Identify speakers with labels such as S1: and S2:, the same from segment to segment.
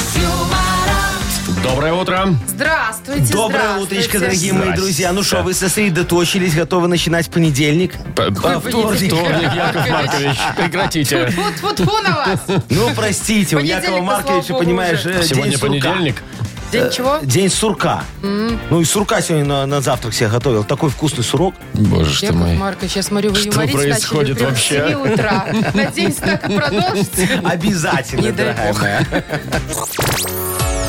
S1: Доброе утро.
S2: Здравствуйте,
S3: Доброе
S2: здравствуйте.
S3: утречко, дорогие мои
S1: Здрасте.
S3: друзья. Ну что, вы сосредоточились, готовы начинать понедельник?
S2: вторник.
S1: Вторник, Яков
S2: Маркович.
S1: Маркович, прекратите.
S2: Фу, фу, фу на вас.
S3: Ну, простите, у
S2: Понедельник,
S3: Якова
S2: ну,
S3: Марковича,
S2: слава богу,
S3: понимаешь,
S2: уже.
S3: э,
S1: Сегодня
S3: день сурка.
S1: понедельник.
S2: День чего?
S3: День сурка. Ну и сурка сегодня на, на завтрак себе готовил. Такой вкусный сурок.
S1: Боже ж ты
S2: Яков
S1: мой.
S2: Маркович, я смотрю, вы
S1: Что
S2: юморить
S1: происходит
S2: начали прям
S1: вообще?
S2: с 7 утра. Надеюсь, так и продолжите.
S3: Обязательно,
S2: Не дай
S3: дорогая
S2: бог.
S3: моя.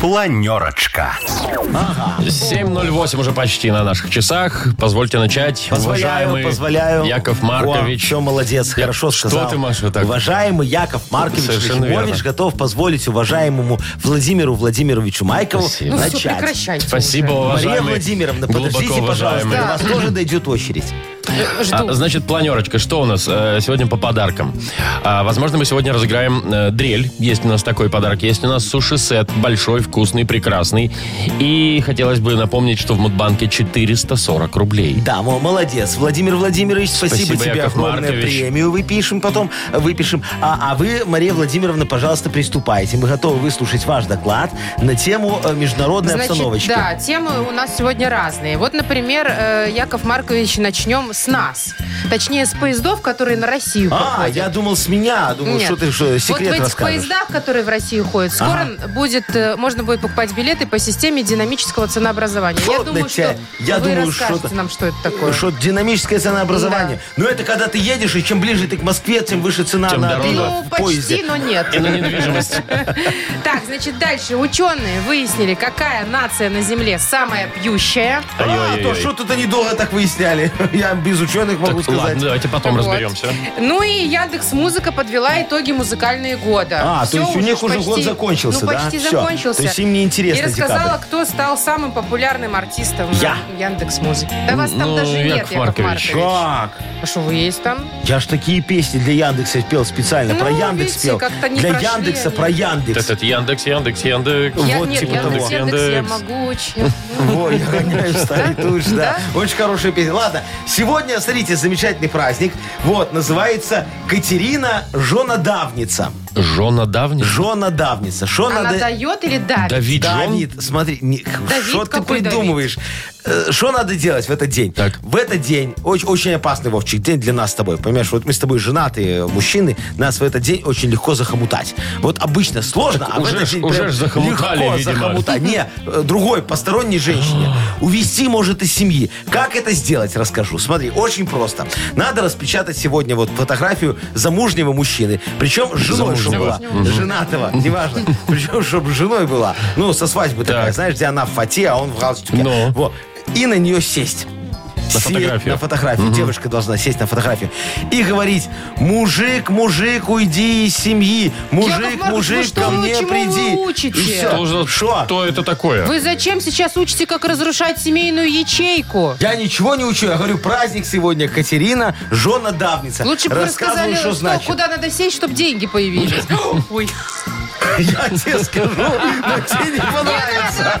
S4: Планерочка.
S1: 7.08 уже почти на наших часах. Позвольте начать.
S3: Позволяю,
S1: Уважаемый
S3: позволяю.
S1: Яков Маркович.
S3: все, молодец, хорошо
S1: что
S3: сказал.
S1: ты, Маша, так?
S3: Уважаемый Яков Маркович
S1: Совершенно
S3: Нахимович
S1: верно.
S3: готов позволить уважаемому Владимиру Владимировичу Майкову
S1: Спасибо.
S2: Ну все,
S3: начать.
S2: прекращайте.
S1: Спасибо,
S2: уже.
S3: Мария
S1: уважаемый.
S3: Владимировна,
S1: глубоко
S3: подождите, пожалуйста,
S1: уважаемый.
S3: у вас тоже дойдет очередь.
S1: А,
S2: Жду.
S1: Значит, планерочка, что у нас э, сегодня по подаркам? А, возможно, мы сегодня разыграем э, дрель, есть у нас такой подарок. Есть у нас суши-сет, большой, вкусный, прекрасный. И хотелось бы напомнить, что в Мудбанке 440 рублей.
S3: Да, мо- молодец. Владимир Владимирович, спасибо,
S1: Спасибо,
S3: тебе
S1: Яков
S3: огромное.
S1: Маркович.
S3: Премию выпишем потом, э, выпишем. А, а вы, Мария Владимировна, пожалуйста, приступайте. Мы готовы выслушать ваш доклад на тему э, международной
S2: Значит,
S3: обстановочки.
S2: да, темы у нас сегодня разные. Вот, например, э, Яков Маркович, начнем с нас. Точнее, с поездов, которые на Россию
S3: А,
S2: проходят.
S3: я думал, с меня. Думал,
S2: Нет.
S3: Ну, что ты что, секрет
S2: вот в этих
S3: расскажешь.
S2: поездах, которые в Россию ходят, скоро будет, э, можно будет покупать билеты по системе динамического ценообразования. я
S3: Вот
S2: думаю,
S3: на тебя.
S2: что
S3: Я
S2: вы
S3: думаю,
S2: расскажете
S3: что-то-
S2: нам, что это такое.
S3: Что динамическое ценообразование. Но это когда ты едешь, и чем ближе ты к Москве, тем выше цена
S1: Тем
S3: на
S1: дороже.
S2: Ну,
S3: билет в
S2: почти,
S3: поезде.
S2: но нет.
S1: И на недвижимость.
S2: Так, значит, дальше. Ученые выяснили, какая нация на Земле самая пьющая.
S3: А,
S1: Ай-яй-яй.
S3: то что тут они долго так выясняли. Я без ученых могу
S1: Так,
S3: сказать.
S1: ладно, давайте потом
S2: Вот.
S1: разберемся.
S2: Ну и Яндекс Музыка подвела итоги музыкальные года.
S3: А, то есть у них уже год закончился,
S2: ну,
S3: да?
S2: почти
S3: Всё.
S2: закончился.
S3: То есть им неинтересно
S2: И рассказала,
S3: декабрь.
S2: кто стал самым популярным артистом
S3: Я.
S2: Яндекс Музыки. Да вас там
S1: Ну,
S2: даже нет,
S1: Яков
S2: Яков
S1: Маркович.
S2: Маркович.
S3: Как?
S2: А что вы есть там?
S3: Я ж такие песни для Яндекса пел специально.
S2: Ну,
S3: про Яндекс
S2: видите,
S3: пел.
S2: как-то не
S3: для
S2: прошли
S3: Яндекса
S2: они.
S3: про Яндекс.
S1: Этот Яндекс, Яндекс, Яндекс.
S2: я,
S3: Вот
S2: нет,
S3: типа
S2: Яндекс,
S3: того. Ну,
S2: Яндекс, я
S1: Яндекс.
S2: могуч.
S3: Ой, я гоняю старый туш, да. Очень хорошая песня. Ладно, сегодня, смотрите, замечательный праздник. Вот, называется Катерина Жонадавница.
S1: Жена давних.
S3: Жонадавница. Шо
S2: Ну, Она
S3: надо...
S2: дает или давит?
S1: Давид Жон.
S3: Давид, смотри, не- что ты
S2: какой Давид?
S3: придумываешь? Э, Что надо делать в этот день?
S1: Так.
S3: В этот день, очень, очень опасный, Вовчик, день для нас с тобой. Понимаешь, вот мы с тобой женатые мужчины, нас в этот день очень легко захомутать. Вот обычно сложно,
S1: Так
S3: а
S1: уже
S3: в этот
S1: ж-
S3: день
S1: уже
S3: прям
S1: ж захомутали,
S3: легко
S1: видимо.
S3: захомутать. Не, э, другой, посторонней женщине.
S1: А.
S3: Увести может из семьи. Как это сделать, расскажу. Смотри, очень просто. Надо распечатать сегодня вот фотографию замужнего мужчины. Причем с женой, чтобы
S1: Замужнего.
S3: была. Женатого, неважно. Причем, чтобы женой была. Ну, со свадьбы такая,
S1: Так.
S3: знаешь, где она в фате, а он в галстуке.
S1: Ну.
S3: Во. И на нее сесть. Сесть
S1: фотографию.
S3: На фотографию. Девушка должна сесть на фотографию. И говорить, мужик, мужик, уйди из семьи. Мужик,
S2: Маркович, ну
S3: мужик,
S2: что
S3: ко
S2: вы,
S3: мне
S2: чему
S3: приди.
S2: вы учите?
S3: И всё.
S1: Что за-
S3: Шо?
S1: Что это такое?
S2: Вы зачем сейчас учите, как разрушать семейную ячейку?
S3: Я ничего не учу. Я говорю, праздник сегодня Катерина, жена давница.
S2: Лучше бы вы рассказали,
S3: что
S2: что,
S3: значит.
S2: куда надо сесть, чтобы деньги появились. Ой.
S3: Я тебе скажу, но тебе не понравится.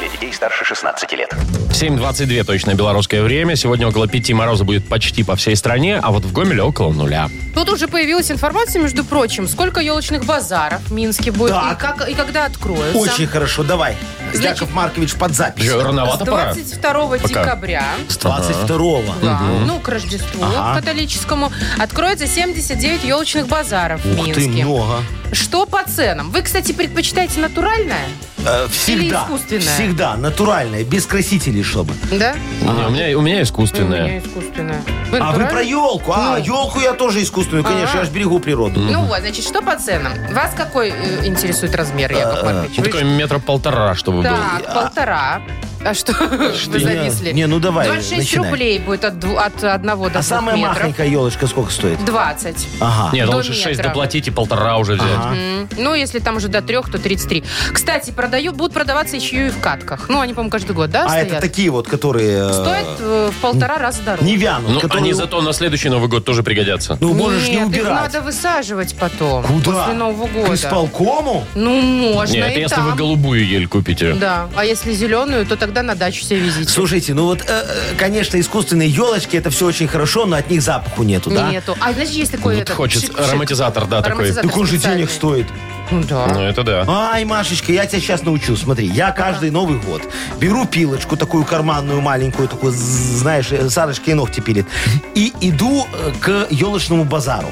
S4: Для детей старше 16 лет.
S1: 7.22 точно белорусское время. Сегодня около 5 мороза будет почти по всей стране, а вот в Гомеле около нуля.
S2: Тут уже появилась информация, между прочим, сколько елочных базаров в Минске будет и,
S3: Так.
S2: как, и когда откроются.
S3: Очень хорошо, давай.
S2: Значит,
S3: Яков Маркович под запись.
S1: Еще
S2: С
S1: Рановато пора.
S2: 22
S1: Пока.
S2: декабря,
S3: 22-го.
S2: да, ну, к Рождеству
S3: Ага.
S2: католическому, откроется 79 елочных базаров в
S3: Ух ты, ну.
S2: Минске.
S3: много.
S2: Что по ценам? Вы, кстати, предпочитаете натуральное?
S3: Э, Всегда,
S2: искусственное?
S3: всегда, натуральное, без красителей, чтобы.
S2: Да?
S1: Не, у, меня, у меня
S2: У меня
S1: искусственное.
S2: искусственное.
S3: А вы
S2: натуральное?
S3: про елку? А,
S2: Ну. А.
S3: елку я тоже искусственную, конечно,
S2: Ага.
S3: я ж берегу природу.
S2: Ну вот, значит, что по ценам? Вас какой э, интересует размер, Яков Маркович?
S1: Ну,
S2: Вы
S1: такое метра полтора, чтобы
S2: Так,
S1: был.
S2: полтора. А что вы зависли?
S3: Не, ну давай,
S2: 26
S3: начинай.
S2: рублей будет от, дву- от 1 до 2
S3: А самая
S2: метров.
S3: махонькая елочка сколько стоит?
S2: 20.
S3: Ага.
S1: Нет,
S2: До
S1: лучше 6
S2: метра.
S1: доплатить и полтора уже взять.
S3: Ага.
S2: М, Ну, если там уже до 3, то 33. Кстати, продаю, будут продаваться еще и в катках. Ну, они, по-моему, каждый год, да,
S3: А
S2: стоят?
S3: это такие вот, которые... э,
S2: Стоят э, в полтора раза дороже.
S3: Не вянут.
S1: Ну,
S3: которые-
S1: они зато на следующий Новый год тоже пригодятся.
S3: Ну, можешь не
S2: Нет, их
S3: убирать.
S2: надо высаживать потом.
S3: Куда?
S2: После Нового
S3: К
S2: года.
S3: исполкому?
S2: Ну, можно
S1: Нет, это
S2: и
S1: если
S2: там.
S1: вы голубую ель купите.
S2: Да. А если зеленую, то тогда на дачу себе везите.
S3: Слушайте, ну вот, э, э, конечно, искусственные елочки, это все очень хорошо, но от них запаху нету, да?
S2: Нету. А знаешь, есть такой
S1: Ну, вот
S2: этот,
S1: хочется
S2: шик-шик.
S1: ароматизатор, да, такой.
S2: Ароматизатор
S3: Так он же
S2: специальный.
S3: денег стоит.
S2: Ну да.
S1: Ну, это да.
S3: Ай, Машечка, я тебя сейчас научу. Смотри, я каждый Новый год беру пилочку, такую карманную, маленькую, такую, з- знаешь, э, Сарочка и ногти пилит, и иду э, к елочному базару.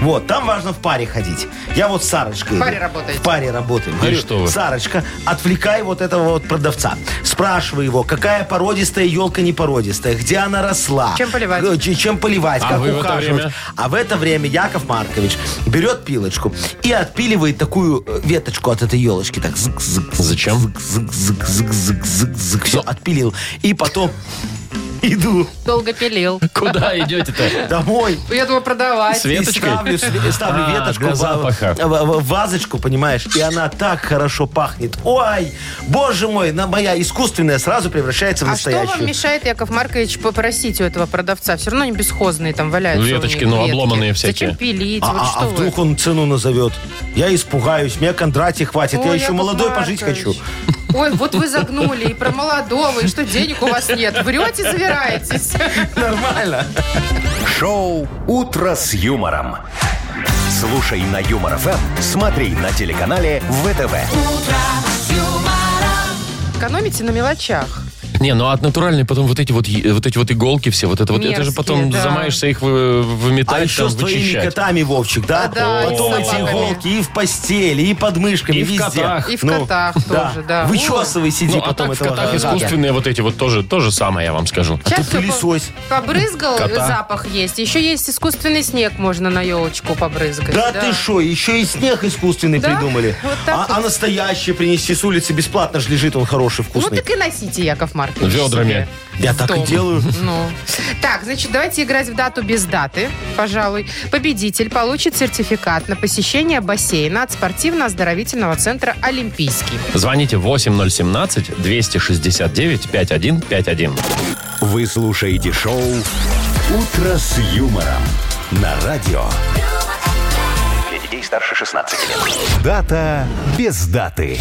S3: Вот, там важно в паре ходить. Я вот с Сарочкой.
S2: В паре
S3: иду.
S2: работаете?
S3: В паре работаем. Говорю,
S1: что вы.
S3: Сарочка, отвлекай вот этого вот продавца. Спрашивай его, какая породистая елка не породистая, где она росла.
S2: Чем поливать?
S3: Э, ч- Чем поливать,
S1: А
S3: как
S1: вы в это
S3: ухаживать.
S1: время?
S3: А в это время Яков Маркович берет пилочку и отпиливает такую э, веточку от этой елочки. Так, зык, зык, зык,
S1: Зачем?
S3: Зык, зык, зык, зык, зык, зык, зык. Все, отпилил. И потом иду
S2: Долго пилил.
S1: Куда идете-то?
S3: домой.
S2: Я думаю, продавать.
S1: Свет? Веточкой?
S3: И ставлю, све- ставлю
S1: А,
S3: веточку
S1: для
S3: в-
S1: запаха.
S3: в- в вазочку, понимаешь, и она так хорошо пахнет. Ой, боже мой, на- моя искусственная сразу превращается в
S2: А что
S3: настоящую.
S2: вам мешает, Яков Маркович, попросить у этого продавца? Все равно они бесхозные там валяются.
S1: Веточки,
S2: у них
S1: ну,
S2: ветки.
S1: обломанные всякие.
S2: Зачем пилить?
S3: А,
S2: вот
S3: а-
S2: что
S3: а
S2: вы?
S3: вдруг он цену назовет? Я испугаюсь, мне Кондратья хватит, я
S2: Ой,
S3: еще
S2: Яков
S3: молодой пожить
S2: Маркович.
S3: хочу.
S2: Ой, вот вы загнули и про молодого, и что денег у вас нет. Врете, завираетесь.
S3: Нормально.
S4: Шоу «Утро с юмором». Слушай на Юмор ФМ, смотри на телеканале ВТВ.
S2: Экономите на мелочах.
S1: Не, ну от натуральной потом вот эти вот, е- вот эти вот иголки все, вот это вот, это же
S2: Мерзкие,
S1: потом
S2: да.
S1: замаешься их вы-
S3: А
S1: выметать,
S3: еще
S1: там,
S3: с твоими
S1: вычищать.
S3: котами, Вовчик, да?
S2: А, да, и с
S3: Потом эти
S2: собаками.
S3: иголки и в постели, и под мышками,
S1: И в
S3: везде. Ну,
S1: котах.
S2: И в котах тоже, да.
S3: Вычесывай, сиди
S1: Ну, а
S3: типа
S1: так
S3: потом
S1: в
S3: этого.
S1: котах
S3: гаджета.
S1: искусственные вот эти вот тоже, то же самое, я вам скажу.
S2: Сейчас
S3: ты А пылесось.
S2: побрызгал,
S1: Кота.
S2: запах есть. Еще есть искусственный снег, можно на елочку побрызгать.
S3: Да, ты что, еще и снег искусственный
S2: Да?
S3: придумали.
S2: Вот так
S3: а,
S2: вот.
S3: а настоящий принести с улицы бесплатно же лежит, он хороший,
S2: Ну
S3: вкусный.
S2: так и носите, Яков Маркович.
S1: Ведрами.
S2: себе
S3: Я
S2: в
S3: так и
S2: дом.
S3: делаю.
S2: Ну. Так, значит, давайте играть в дату без даты, пожалуй. Победитель получит сертификат на посещение бассейна от спортивно-оздоровительного центра «Олимпийский».
S1: Звоните 8017-269-5151.
S4: Вы слушаете шоу «Утро с юмором» на радио. Для детей старше 16 лет. Дата без даты.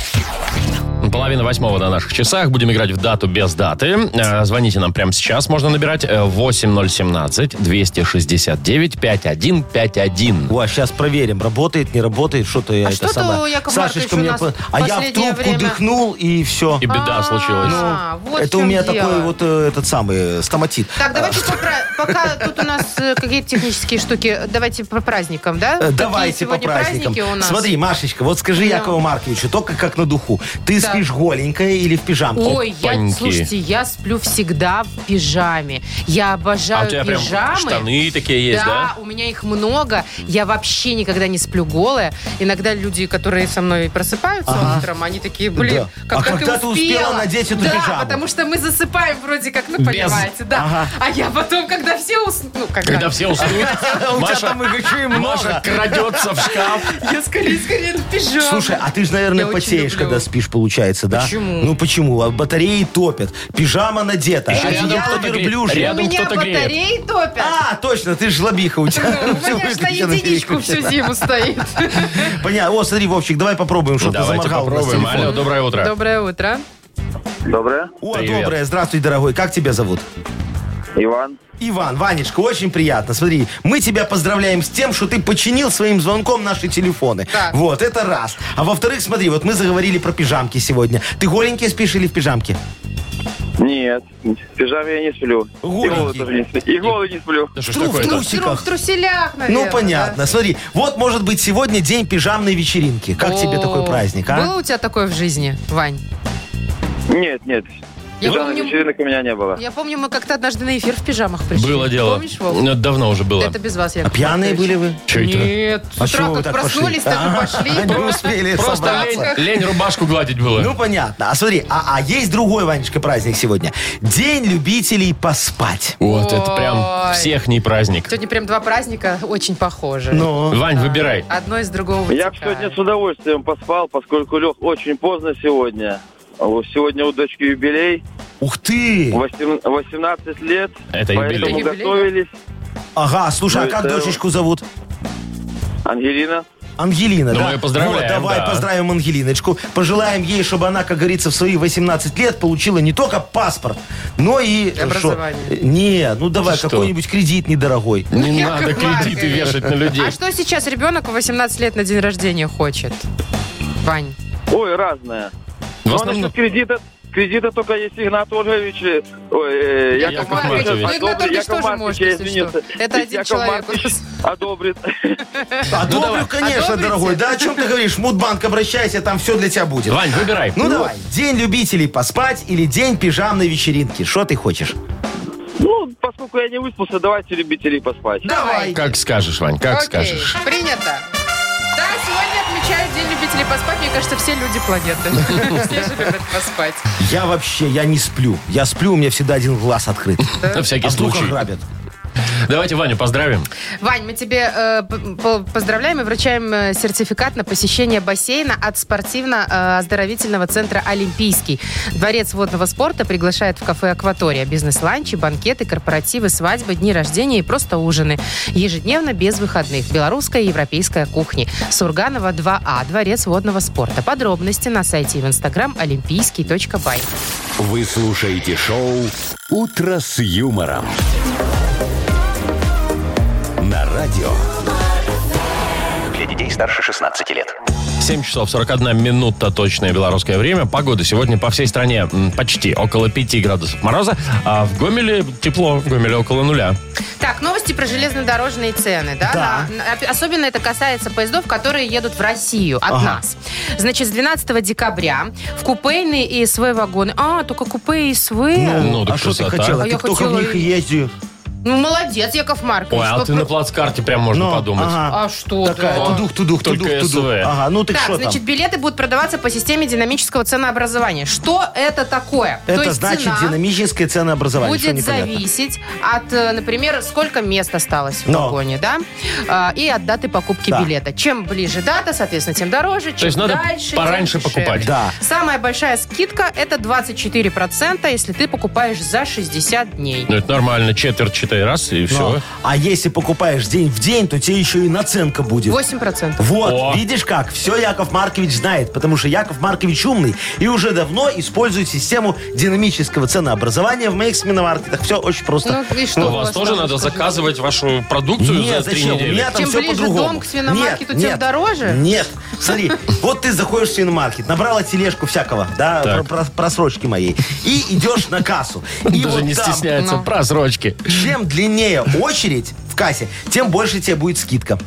S1: Половина восьмого на наших часах. Будем играть в дату без даты. Э, Звоните нам прямо сейчас. Можно набирать э, 8017-269-5151.
S3: О, сейчас проверим, работает, не работает, что-то я
S2: А
S3: это
S2: что-то,
S3: сама.
S2: Яков Маркович,
S3: Сашечка
S2: у
S3: мне...
S2: нас
S3: по- А я в
S2: последнее
S3: трубку
S2: время-
S3: дыхнул, и все.
S1: И беда случилась.
S3: ну,
S2: А, вот в
S3: это у
S2: чем
S3: меня
S2: дело.
S3: такой вот а, э, этот самый э, стоматит.
S2: Так, давайте попра- пока тут у нас э, какие-то технические штуки. Давайте по праздникам, да?
S3: Э,
S2: Какие
S3: Давайте по
S2: сегодня
S3: праздникам.
S2: праздники у нас?
S3: Смотри, Машечка, вот скажи Якову Марковичу, только как на духу. Ты
S2: Так.
S3: спишь голенькая или в пижамке?
S2: Ой, я,
S1: Опаньки.
S2: слушайте, я сплю всегда в пижаме. Я
S1: А
S2: обожаю
S1: у тебя прям
S2: пижамы.
S1: штаны такие есть, да?
S2: Да, у меня их много. Я вообще никогда не сплю голая. Иногда люди, которые со мной просыпаются
S3: Ага.
S2: утром, они такие, блин,
S3: Да.
S2: когда,
S3: А когда ты успела надеть эту
S2: да,
S3: пижаму?
S2: потому что мы засыпаем вроде как, ну, понимаете, да.
S3: Ага.
S2: А я потом, когда все уснут, ну, когда...
S1: Когда все уснут,
S3: У тебя
S1: Маша,
S3: там их еще и много.
S1: Маша крадется в шкаф.
S2: Я скорее, скорее в пижаме.
S3: Слушай, а ты же, наверное,
S2: Я очень
S3: потеешь,
S2: люблю.
S3: когда спишь, получается, да?
S2: Почему?
S3: Ну почему? А батареи топят, пижама надета,
S1: Еще
S3: одеяло
S1: рядом кто-то греет.
S3: верблюжье.
S2: У
S1: рядом
S2: меня
S1: кто-то греет.
S2: батареи топят.
S3: А, точно, ты же лобиха у тебя.
S2: Ну, у меня
S3: Всё
S2: же на
S3: выключено.
S2: единичку всю зиму стоит.
S3: Понятно. О, смотри, Вовчик, давай попробуем, чтобы ты
S1: Давайте
S3: заморгал. у нас
S1: попробуем.
S3: Ну, телефон.
S1: Алло, доброе утро.
S2: Доброе утро.
S5: Доброе.
S3: О,
S1: Привет.
S3: доброе, здравствуй, дорогой. Как тебя зовут?
S5: Иван.
S3: Иван, Ванечка, очень приятно. Смотри, мы тебя поздравляем с тем, что ты починил своим звонком наши телефоны.
S2: Так.
S3: Вот, это раз. А во-вторых, смотри, вот мы заговорили про пижамки сегодня. Ты голенький спишь или в пижамке?
S5: Нет, в пижаме я не сплю. И
S3: Голенький.
S5: голый тоже не сплю. И голый не сплю.
S1: Да что ж
S3: Тру- в
S1: такое-то?
S2: В тру-
S3: трусиках.
S2: В труселях, наверное.
S3: Ну, понятно. Смотри, вот, может быть, сегодня день пижамной вечеринки.
S2: да.
S3: Как тебе а?
S2: О,
S3: такой праздник, а?
S2: Было у тебя такое в жизни, Вань?
S5: Нет, нет.
S2: Я
S5: Пижамных
S2: помню-
S5: вечеринок у меня не было.
S2: Я помню, мы как-то однажды на эфир в пижамах пришли.
S1: Было дело. Ну,
S2: Помнишь, Вов?
S1: Это Давно уже было.
S2: Это без вас, я.
S3: А Пьяные были вы?
S1: Чё это?
S2: Нет, с
S3: А
S2: утра
S3: чего вы
S2: как
S3: так А,
S2: проснулись, так и
S3: пошли?
S2: пошли.
S3: Не успели
S1: Просто лень,
S3: собраться.
S1: лень рубашку гладить было.
S3: Ну, понятно. А смотри, а, а есть другой, Ванечка, праздник сегодня. День любителей поспать.
S1: вот, это прям
S2: Ой.
S1: всех не праздник.
S2: Сегодня прям два праздника очень похожи.
S3: Ну,
S1: Вань, выбирай.
S2: Одно из другого
S5: Я бы
S2: вытекает.
S5: сегодня с удовольствием поспал, поскольку лег очень поздно сегодня. А вот Сегодня у дочки юбилей,
S3: ух ты!
S5: восем- 18 лет,
S1: Это
S5: поэтому
S1: юбилей.
S2: Юбилей?
S5: готовились.
S3: Ага, слушай, а
S5: Ну,
S3: как
S5: это-
S3: дочечку зовут?
S5: Ангелина,
S3: Ангелина,
S1: Ну,
S3: да?
S1: мы ее поздравляем,
S3: Вот, давай
S1: да.
S3: поздравим Ангелиночку. Пожелаем ей, чтобы она, как говорится, в свои 18 лет получила не только паспорт, но и... э,
S2: Образование.
S3: шо? Э, Не, ну давай,
S1: Что? Ну,
S3: какой-нибудь кредит недорогой.
S1: Не
S2: Яков
S1: надо кредиты
S2: Маркович.
S1: вешать на людей.
S2: А что сейчас ребенок в 18 лет на день рождения хочет? Вань.
S5: ой, разная.
S1: В
S5: Но
S1: основном-
S5: насчет кредита, кредита только есть Игнат Ольгович, э, ой, э,
S1: Яков
S5: Яков
S1: Маркович.
S5: Маркович.
S1: Ну,
S5: одобрит,
S2: Игнат Ольгович
S5: Яков
S2: тоже
S5: Маркович,
S2: может,
S5: я
S2: если
S5: извинился.
S2: что. Это
S5: Ведь
S2: один
S5: Яков
S2: человек у
S5: Маркович
S2: нас.
S5: одобрит.
S3: Одобрю, конечно,
S2: Одобрите?
S3: дорогой. Да о чем ты говоришь? Мудбанк, обращайся, там все для тебя будет.
S1: Вань, выбирай.
S3: Ну давай, день любителей поспать или день пижамной вечеринки. Что ты хочешь?
S5: Ну, поскольку я не выспался, давайте любителей поспать.
S2: Давай.
S1: Как скажешь, Вань, как
S2: Окей,
S1: скажешь.
S2: Принято. Да, сегодня отмечают День любителей поспать. Мне кажется, все люди планеты. Все же любят поспать.
S3: Я вообще, я не сплю. Я сплю, у меня всегда один глаз открыт.
S1: На всякий
S3: А вдруг
S1: случай.
S3: ограбят?
S1: Давайте Ваню поздравим.
S2: Вань, мы тебе э, п- п- поздравляем и вручаем э, сертификат на посещение бассейна от спортивно-оздоровительного центра «Олимпийский». Дворец водного спорта приглашает в кафе «Акватория» бизнес-ланчи, банкеты, корпоративы, свадьбы, дни рождения и просто ужины. Ежедневно без выходных. Белорусская и европейская кухни. Сурганова 2А. Дворец водного спорта. Подробности на сайте и в инстаграм олимпийский.бай.
S4: Вы слушаете шоу «Утро с юмором». На радио.
S6: Для детей старше 16 лет.
S1: 7 часов 41 минута точное белорусское время. Погода сегодня по всей стране м, почти около 5 градусов мороза, а в Гомеле тепло, в Гомеле около нуля.
S2: Так, новости про железнодорожные цены, да?
S3: Да.
S2: На- на- особенно это касается поездов, которые едут в Россию от
S3: Ага.
S2: нас. Значит, с 12 декабря в купейные и СВ вагоны. А, только купе и СВ. Ну,
S1: Ну, да
S3: а что ты
S1: красота.
S3: хотела?
S2: А
S3: ты
S2: я
S3: только
S2: хотела
S3: в них и
S2: и-
S3: езди.
S2: Ну, молодец, Яков Маркович.
S1: Ой, а
S2: Вот
S1: ты
S2: про-
S1: на плацкарте прям можно
S3: Ну,
S1: подумать.
S3: ага.
S2: А что
S3: Такая
S2: ты?
S3: тудух, тудух,
S1: Только
S3: тудух, тудух.
S1: СВ.
S3: Ага, ну ты
S2: Так,
S3: что там?
S2: значит, билеты будут продаваться по системе динамического ценообразования. Что это такое? То
S3: Это
S2: есть
S3: значит
S2: цена
S3: динамическое ценообразование. что
S2: будет
S3: непонятно.
S2: зависеть от, э, например, сколько мест осталось в
S3: Но.
S2: вагоне, да, А, и от даты покупки
S3: Да.
S2: билета. Чем ближе дата, соответственно, тем дороже, чем
S1: То есть надо
S2: дальше,
S1: пораньше
S2: тем дешевле.
S1: покупать.
S3: Да.
S2: Самая большая скидка – это 24%, если ты покупаешь за 60 дней.
S1: Ну, это нормально, четверть читай раз, и
S3: Но.
S1: все.
S3: А если покупаешь день в день, то тебе еще и наценка будет.
S2: 8%.
S3: Вот,
S1: О.
S3: видишь как? Все Яков Маркович знает, потому что Яков Маркович умный и уже давно использует систему динамического ценообразования в моих сминомаркетах. Все очень просто.
S2: Ну, и что
S1: У
S2: у
S1: вас
S2: вас
S1: тоже
S2: там,
S1: надо
S2: скажи?
S1: заказывать вашу продукцию
S3: Нет,
S1: за три
S3: зачем? У
S1: недели.
S3: меня там
S2: Чем
S3: все
S2: ближе
S3: по-другому.
S2: дом к свиномаркету,
S3: Нет,
S2: тем
S3: нет,
S2: дороже?
S3: Нет. Смотри, вот ты заходишь в свиномаркет, набрала тележку всякого, да,
S1: Так.
S3: про- про- просрочки моей, и идешь на кассу. И
S1: Даже
S3: вот
S1: не
S3: там
S1: стесняется
S2: ну.
S1: просрочки.
S3: Чем длиннее очередь в кассе, тем больше тебе будет скидка.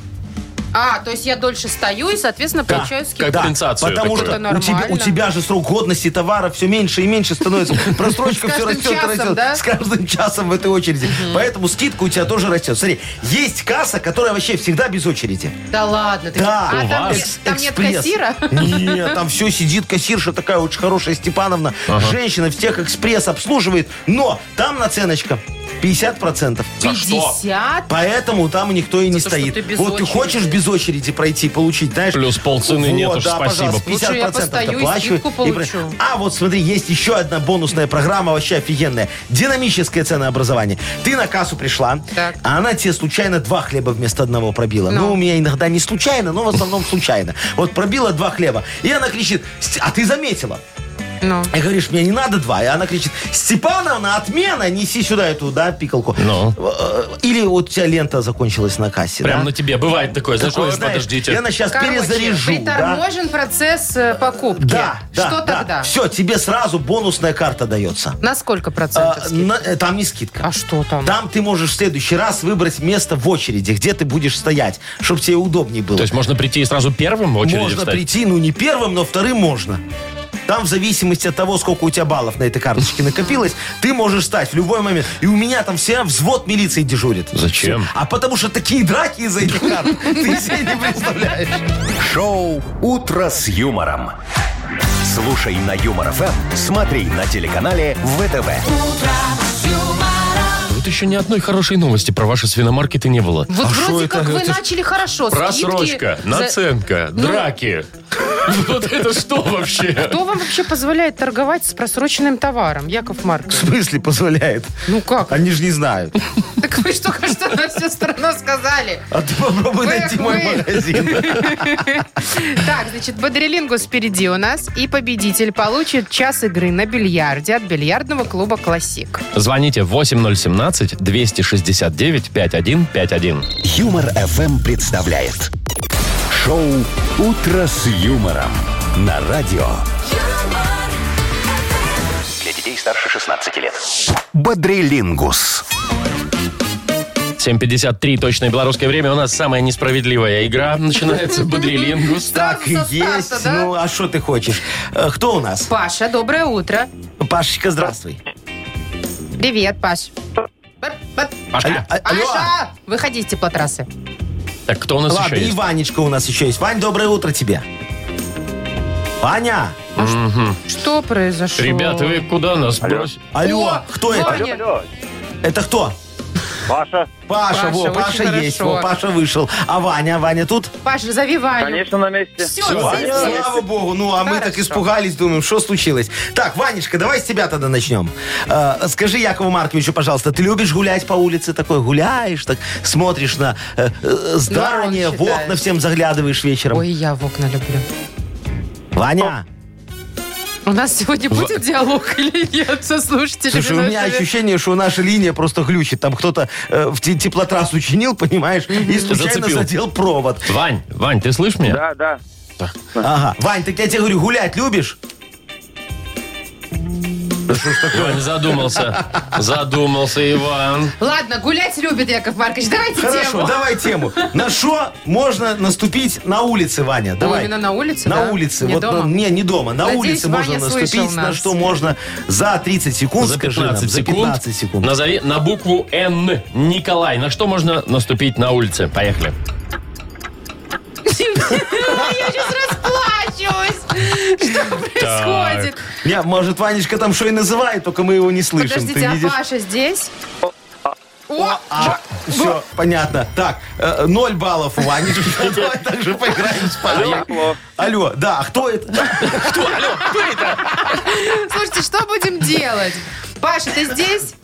S2: А, то есть я дольше стою и, соответственно, получаю скидку.
S1: Как компенсацию
S3: Потому
S1: такую.
S3: что
S2: Это
S3: у тебя, у
S2: нормально.
S3: тебя же срок годности товара все меньше и меньше становится. Просрочка
S2: С
S3: все
S2: каждым
S3: растет,
S2: часом,
S3: растет.
S2: да?
S3: С каждым часом в этой очереди. Поэтому скидка у тебя тоже растет. Смотри, есть касса, которая вообще всегда без очереди.
S2: Да ладно. ты-
S3: Да.
S2: А
S1: У
S2: там,
S1: вас
S2: нет- там нет
S3: Экспресс.
S2: кассира?
S3: Нет, там все сидит кассирша такая очень хорошая Степановна. Женщина всех экспресс обслуживает, но там наценочка 50%.
S2: 50?
S3: Поэтому там никто и не
S2: то, что
S3: стоит.
S2: ты без
S3: вот
S2: очереди.
S3: ты хочешь без очереди пройти, получить, знаешь?
S1: Плюс полцены
S3: Вот,
S1: нет уж,
S3: да,
S1: спасибо.
S3: пожалуйста,
S2: Лучше я
S3: 50%
S2: постою и
S3: доплачивай,
S2: скидку
S3: и
S2: получу.
S3: про- А вот смотри, есть еще одна бонусная программа, вообще офигенная. Динамическое ценообразование. Ты на кассу пришла,
S2: Так.
S3: а она тебе случайно два хлеба вместо одного пробила.
S2: Ну.
S3: Ну, у меня иногда не случайно, но в основном случайно. Вот пробила два хлеба. И она кричит, «Ст- а ты заметила?
S2: Ну.
S3: И говоришь, мне не надо два. И она кричит, Степановна, отмена, неси сюда эту, да, пикалку.
S1: Ну.
S3: Э, Или вот у тебя лента закончилась на кассе,
S1: Прям
S3: да?
S1: на тебе. Бывает такое. Знаешь,
S3: Такое,
S1: «Ой,
S3: Ну, знаешь,
S1: подождите.
S3: Я на сейчас
S2: Короче,
S3: перезаряжу, да?
S2: приторможен процесс э, покупки.
S3: Да, да,
S2: Что
S3: да.
S2: тогда?
S3: Все, тебе сразу бонусная карта дается.
S2: На сколько процентов?
S3: А,
S2: скидка?
S3: на- э, там не скидка.
S2: А что там?
S3: Там ты можешь в следующий раз выбрать место в очереди, где ты будешь стоять, чтобы тебе удобнее было.
S1: То есть можно прийти и сразу первым в очереди
S3: можно
S1: встать?
S3: прийти, ну не первым, но вторым можно. Там в зависимости от того, сколько у тебя баллов на этой карточке накопилось, ты можешь стать в любой момент. И у меня там все взвод милиции дежурит.
S1: Зачем?
S3: А потому что такие драки из-за этих карт. Ты себе не представляешь.
S4: Шоу «Утро с юмором». Слушай на Юмор ФМ, смотри на телеканале ВТВ.
S1: Вот еще ни одной хорошей новости про ваши свиномаркеты не было.
S2: Вот
S3: А шо
S2: вроде
S3: это?
S2: как вы
S3: Это ж
S2: начали хорошо. скидки
S1: Просрочка,
S2: за-
S1: наценка,
S2: Ну.
S1: драки. Вот это что вообще?
S2: Кто вам вообще позволяет торговать с просроченным товаром, Яков Маркович?
S3: В смысле позволяет?
S2: Ну как?
S3: Они же не знают.
S2: Так вы что, что на всю страну сказали?
S3: А ты попробуй
S2: Вы-
S3: найти мой
S2: вы-
S3: магазин.
S2: Так, значит, Бодрилингус впереди у нас. И победитель получит час игры на бильярде от бильярдного клуба «Классик».
S1: Звоните 8017-269-5151.
S4: Юмор ФМ представляет. Шоу «Утро с юмором» на радио
S7: юмор,
S6: Для детей старше 16 лет.
S4: «Бодрилингус».
S1: 7.53, точное белорусское время. У нас самая несправедливая игра. Начинается бодрелингус.
S3: Так и
S2: со старта,
S3: есть.
S2: да?
S3: Ну, а что ты хочешь? Э, Кто у нас?
S2: Паша, доброе утро.
S3: Пашечка, здравствуй.
S2: Привет, Паш.
S1: Пашка.
S3: А- а- алло.
S2: Паша, выходи из теплотрассы.
S1: Так, кто у нас
S3: Ладно,
S1: еще
S3: и
S1: есть?
S3: Ванечка у нас еще есть. Вань, доброе утро тебе. Ваня,
S2: Что произошло?
S1: Ребята, вы куда нас бросили?
S3: алло,
S2: О,
S3: кто это?
S2: Ваня.
S5: Алло,
S3: Это кто?
S5: Паша,
S3: Паша,
S2: Паша,
S3: во,
S2: очень
S3: Паша
S2: хорошо.
S3: есть, во, Паша вышел. А Ваня, Ваня тут?
S2: Паш, зови Ваню.
S5: конечно, на месте.
S2: Все,
S3: Ваня, слава богу. Ну, а мы
S2: Хорошо.
S3: так испугались, думаем, что случилось. Так, Ванечка, давай с тебя тогда начнем. Э, скажи Якову Марковичу, пожалуйста, ты любишь гулять по улице такой? Гуляешь, так смотришь на э, э, здание, в
S2: Ну, считает.
S3: окна всем заглядываешь вечером.
S2: Ой, я в окна люблю.
S3: Ваня,
S2: У нас сегодня будет диалог или нет со слушателями?
S3: слушай, у меня
S2: нашими?
S3: ощущение, что наша линия просто глючит. Там кто-то э, в те- теплотрассу чинил, понимаешь, и случайно
S1: Зацепил.
S3: задел провод.
S1: Вань, Вань, ты слышишь меня?
S5: Да, да.
S3: Ага. Вань, так я тебе говорю, гулять любишь?
S1: Вань задумался. Задумался, Иван.
S2: Ладно, гулять любит Яков Маркович. Давайте
S3: Хорошо,
S2: тему.
S3: давай тему. На что можно наступить на улице, Ваня? Давай.
S2: именно на улице,
S3: На
S2: да?
S3: улице.
S2: Не
S3: вот,
S2: дома?
S3: на- не, не дома. На
S2: Надеюсь,
S3: улице можно
S2: Ваня слышал
S3: наступить, на
S2: нас.
S3: что можно за 30 секунд,
S1: За
S3: Ну, скажи нам,
S1: 15
S3: за
S1: секунд.
S3: 15 секунд.
S1: Назови на букву Н. Николай, на что можно наступить на улице? Поехали.
S2: Я сейчас расплачусь. Что происходит?
S3: Не, может, Ванечка там что и называет, только мы его не слышим.
S2: Подождите,
S3: ну Ты
S2: а
S3: видишь?
S2: Паша здесь?
S3: О,
S2: О,
S3: а, все, понятно. Так, э, ноль баллов у Ванечки. Давай также поиграем с Пашей.
S5: Алло.
S3: Алло, да, а кто это?
S2: слушайте, что будем делать? Паша, ты здесь?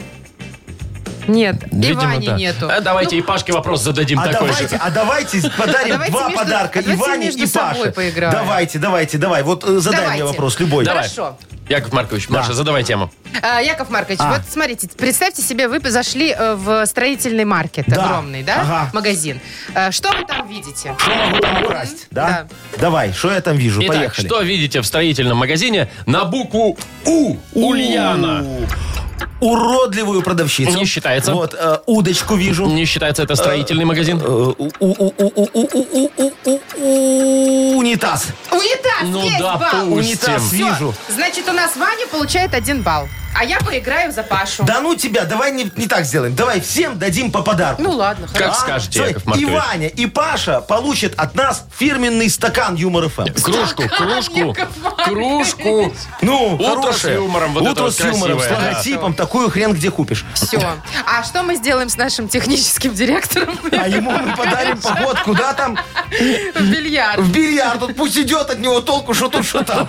S2: Нет, и
S1: Видимо,
S2: Вани
S1: да.
S2: нету.
S3: Э,
S2: Ну.
S1: А давайте и Пашке вопрос зададим
S3: А
S1: такой же.
S3: давайте, а давайте подарим
S2: Давайте
S3: два
S2: между-
S3: подарка
S2: а
S3: и
S2: давайте
S3: Ване,
S2: между
S3: и
S2: собой
S3: Паше.
S2: поиграем.
S3: Давайте, давайте, давай. Вот э, задай
S2: Давайте.
S3: мне вопрос любой.
S1: Давай.
S2: Хорошо.
S1: Яков Маркович, Маша, задавай тему.
S2: А, Яков Маркович,
S3: А.
S2: вот смотрите, представьте себе, вы зашли э, в строительный маркет
S3: Да.
S2: огромный, да?
S3: Ага.
S2: Магазин. Э, Что вы там видите?
S3: украсть, да? Давай, что я там вижу?
S1: Итак,
S3: Ну, Поехали.
S1: что видите в строительном магазине на букву У? Ульяна.
S3: У- Уродливую продавщицу.
S1: Не считается.
S3: Вот, э, удочку вижу.
S1: Не считается это строительный
S3: Э,
S1: магазин?
S3: у- у- у- у- у- у- у- у- у- у- Унитаз.
S2: Унитаз
S1: Ну
S2: есть
S1: да,
S2: балл.
S1: пусть.
S3: Унитаз
S1: Всё.
S3: вижу.
S2: Значит, у нас Ваня получает один балл. А я поиграю за Пашу.
S3: Да ну тебя, давай не, не так сделаем. Давай всем дадим по подарку. А?
S2: Ну ладно, хорошо.
S1: Как скажете,
S3: Смотри,
S1: Яков Маркович.
S3: И Ваня, и Паша получат от нас фирменный стакан Юмор ФМ.
S1: Кружку, кружку, кружку.
S3: Ну,
S1: Утро
S3: хорошее.
S1: с юмором, вот
S3: Утро
S1: это вот
S3: с юмором, с
S1: красивое, да.
S3: логотипом. Такую хрен где купишь.
S2: Все. А что мы сделаем с нашим техническим директором
S3: А ему мы подарим поход куда там?
S2: в бильярд?
S3: В бильярд. Вот пусть идет от него толку, что тут, что там.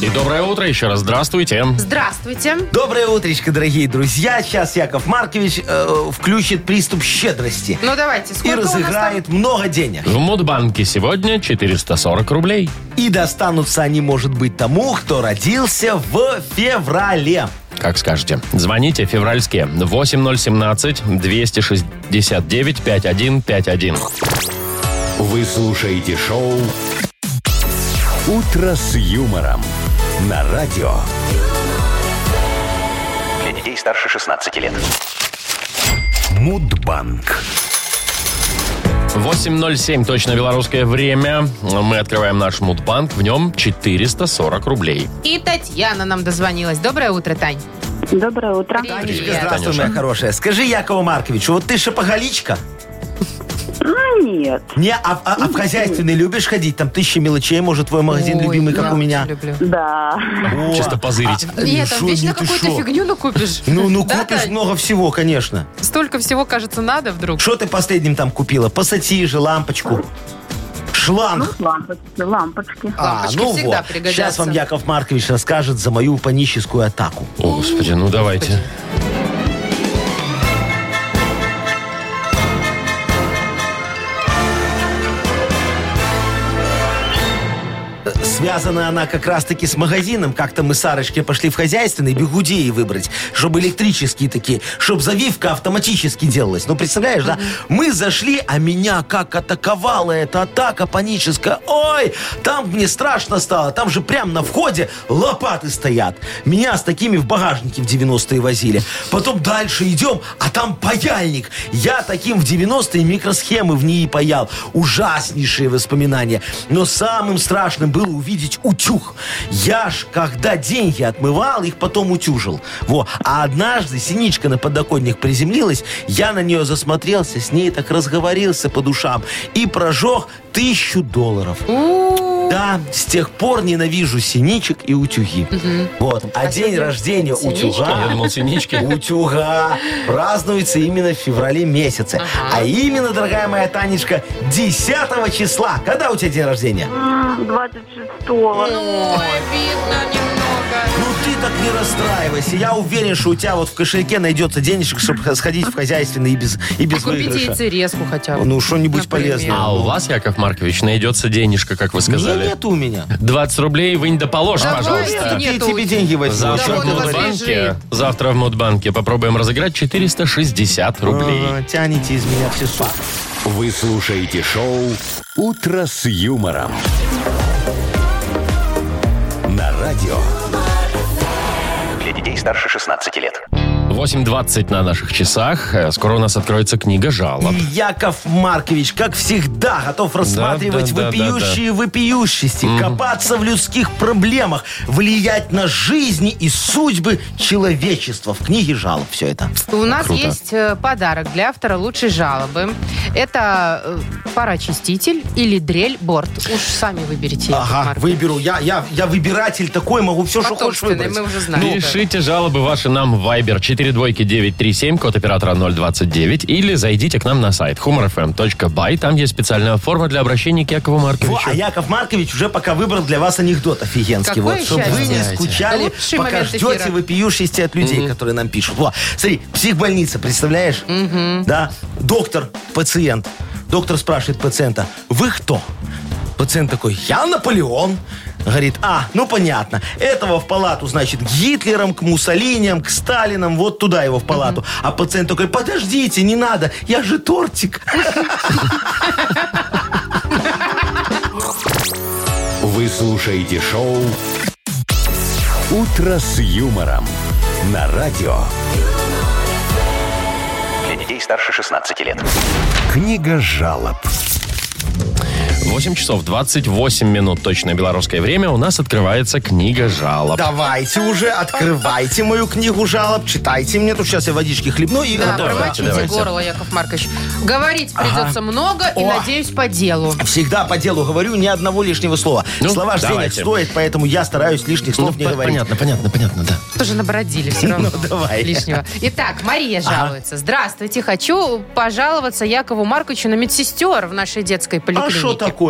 S1: И доброе утро еще раз. Здравствуйте.
S2: Здравствуйте. Ну
S3: Доброе утречко, дорогие друзья. Сейчас Яков Маркович э, включит приступ щедрости.
S2: Ну давайте,
S3: И
S2: сколько у нас там?
S3: разыграет много денег.
S1: В Мудбанке сегодня 440 рублей.
S3: И достанутся они, может быть, тому, кто родился в феврале.
S1: Как скажете. Звоните февральские 8017 269 5151.
S4: Вы слушаете шоу «Утро с юмором» на радио.
S6: Для детей старше 16 лет.
S4: Мудбанк.
S1: 8.07, точно белорусское время. Мы открываем наш мудбанк. В нем 440 рублей.
S2: И Татьяна нам дозвонилась. Доброе утро, Тань.
S7: Доброе утро.
S3: Танечка, здравствуй,
S1: Танюша.
S3: моя хорошая. Скажи, Якову Марковичу, вот ты шапоголичка?
S7: А, нет.
S3: Не, а, а- а в хозяйственный любишь ходить? Там тысяча мелочей, может, твой магазин
S2: Ой,
S3: любимый,
S2: я
S3: как у
S2: очень
S3: меня.
S2: Люблю.
S7: Да.
S3: О,
S1: Чисто позырить.
S3: а,
S2: Нет,
S3: шо,
S2: там вечно
S3: ну ты
S2: какую-то
S3: шо?
S2: фигню накупишь.
S3: Ну, ну
S2: Да,
S3: купишь
S2: Тань?
S3: много всего, конечно.
S2: Столько всего, кажется, надо вдруг.
S3: Что ты последним там купила? Пассатижи, лампочку.
S7: Ну,
S3: Шланг.
S7: лампочки, лампочки.
S3: А,
S2: лампочки
S3: ну
S2: всегда
S3: вот.
S2: пригодятся.
S3: Сейчас вам Яков Маркович расскажет за мою паническую атаку.
S1: О, господи, ну давайте.
S3: Связана она как раз-таки с магазином. Как-то мы с Сарочкой пошли в хозяйственный бигудеи выбрать, чтобы электрические такие, чтобы завивка автоматически делалась. Ну, представляешь, да? Мы зашли, а меня как атаковала эта атака паническая. Ой, там мне страшно стало. Там же прям на входе лопаты стоят. Меня с такими в багажнике в 90-е возили. Потом дальше идем, а там паяльник. Я таким в 90-е микросхемы в ней паял. Ужаснейшие воспоминания. Но самым страшным было увидеть утюг. Я ж, когда деньги отмывал, их потом утюжил. Во. А однажды синичка на подоконник приземлилась, я на нее засмотрелся, с ней так разговорился по душам и прожег тысячу долларов. Да, с тех пор ненавижу синичек и утюги. Вот. А, день рождения
S1: Я
S3: утюга...
S1: думал, синички.
S3: Утюга празднуется именно в феврале месяце. А именно, дорогая моя Танечка, 10 числа. Когда у тебя день рождения?
S7: М, 26-го.
S2: Ой, видно немного.
S3: Ну ты так не расстраивайся. Я уверен, что у тебя вот в кошельке найдется денежек, чтобы сходить в хозяйственный и без, и без
S2: Купите
S3: выигрыша.
S2: яйцерезку хотя бы.
S3: Ну, что-нибудь
S2: Например.
S3: полезное.
S1: А у вас, Яков Маркович, найдется денежка, как вы
S3: Не,
S1: сказали.
S3: нет у меня.
S1: 20 рублей вынь да положь,
S2: Давай,
S1: пожалуйста.
S3: Нет,
S2: Нету
S3: я
S2: у
S3: тебе
S2: тебя.
S3: деньги возьму.
S1: Завтра
S2: Да
S1: в
S2: вон у вас
S1: Мудбанке,
S2: лежит.
S1: завтра в Мудбанке попробуем разыграть 460 рублей.
S3: А, Тянете из меня все сок.
S4: Вы слушаете шоу «Утро с юмором». На радио.
S6: Для детей старше 16 лет.
S1: 8.20 на наших часах. Э, Скоро у нас откроется книга жалоб.
S3: И Яков Маркович, как всегда, готов рассматривать
S1: да, да, да,
S3: вопиющие вопиющести, копаться в людских проблемах, влиять на жизни и судьбы человечества. В книге жалоб все это.
S2: У нас
S1: Круто.
S2: есть э, подарок для автора лучшей жалобы. Это э, пароочиститель или дрель-борт. Уж сами выберите. Яков
S3: Ага,
S2: Маркович.
S3: выберу. Я, я, я выбиратель такой, могу все, что хочешь
S2: Потомственный,
S3: выбрать.
S2: мы уже знаем. да.
S1: Пишите жалобы ваши нам в Viber 42937, код оператора 029, или зайдите к нам на сайт humorfm.by. Там есть специальная форма для обращения к Якову
S3: Во,
S1: Марковичу.
S3: а Яков Маркович уже пока выбрал для вас анекдот офигенский.
S2: Какое
S3: вот, чтобы вы не
S2: счастье.
S3: скучали,
S2: Лучший
S3: пока
S2: момент
S3: ждете
S2: эфира.
S3: вопиющести от людей, которые нам пишут. Во, смотри, психбольница, представляешь? Да. Доктор, пациент. Доктор спрашивает пациента, вы кто? Пациент такой, я Наполеон. Говорит, а, ну понятно, этого в палату, значит, к Гитлерам, к Муссолиниям, к Сталинам, вот туда его в палату. А пациент такой, подождите, не надо, я же тортик.
S4: Вы слушаете шоу «Утро с юмором» на радио.
S6: Для детей старше 16 лет.
S4: Книга жалоб.
S1: 8 часов 28 минут, точное белорусское время, у нас открывается книга жалоб.
S3: Давайте уже, открывайте мою книгу жалоб, читайте мне. Тут сейчас я водички хлебну и
S2: Да,
S3: готово.
S2: промочите
S1: давайте.
S2: горло, Яков Маркович. Говорить придется много и,
S3: О.
S2: надеюсь, по делу.
S3: Всегда по делу говорю, ни одного лишнего слова.
S1: Ну,
S3: Слова ж денег
S1: давайте.
S3: стоят, поэтому я стараюсь лишних
S1: Ну,
S3: слов не
S1: по-
S3: говорить.
S1: понятно, понятно, понятно, да.
S2: Тоже набродили все равно.
S3: Ну, давай.
S2: Лишнего. Итак, Мария жалуется. Здравствуйте, хочу пожаловаться Якову Марковичу на медсестер в нашей детской
S3: А
S2: поликлинике.
S3: что такое?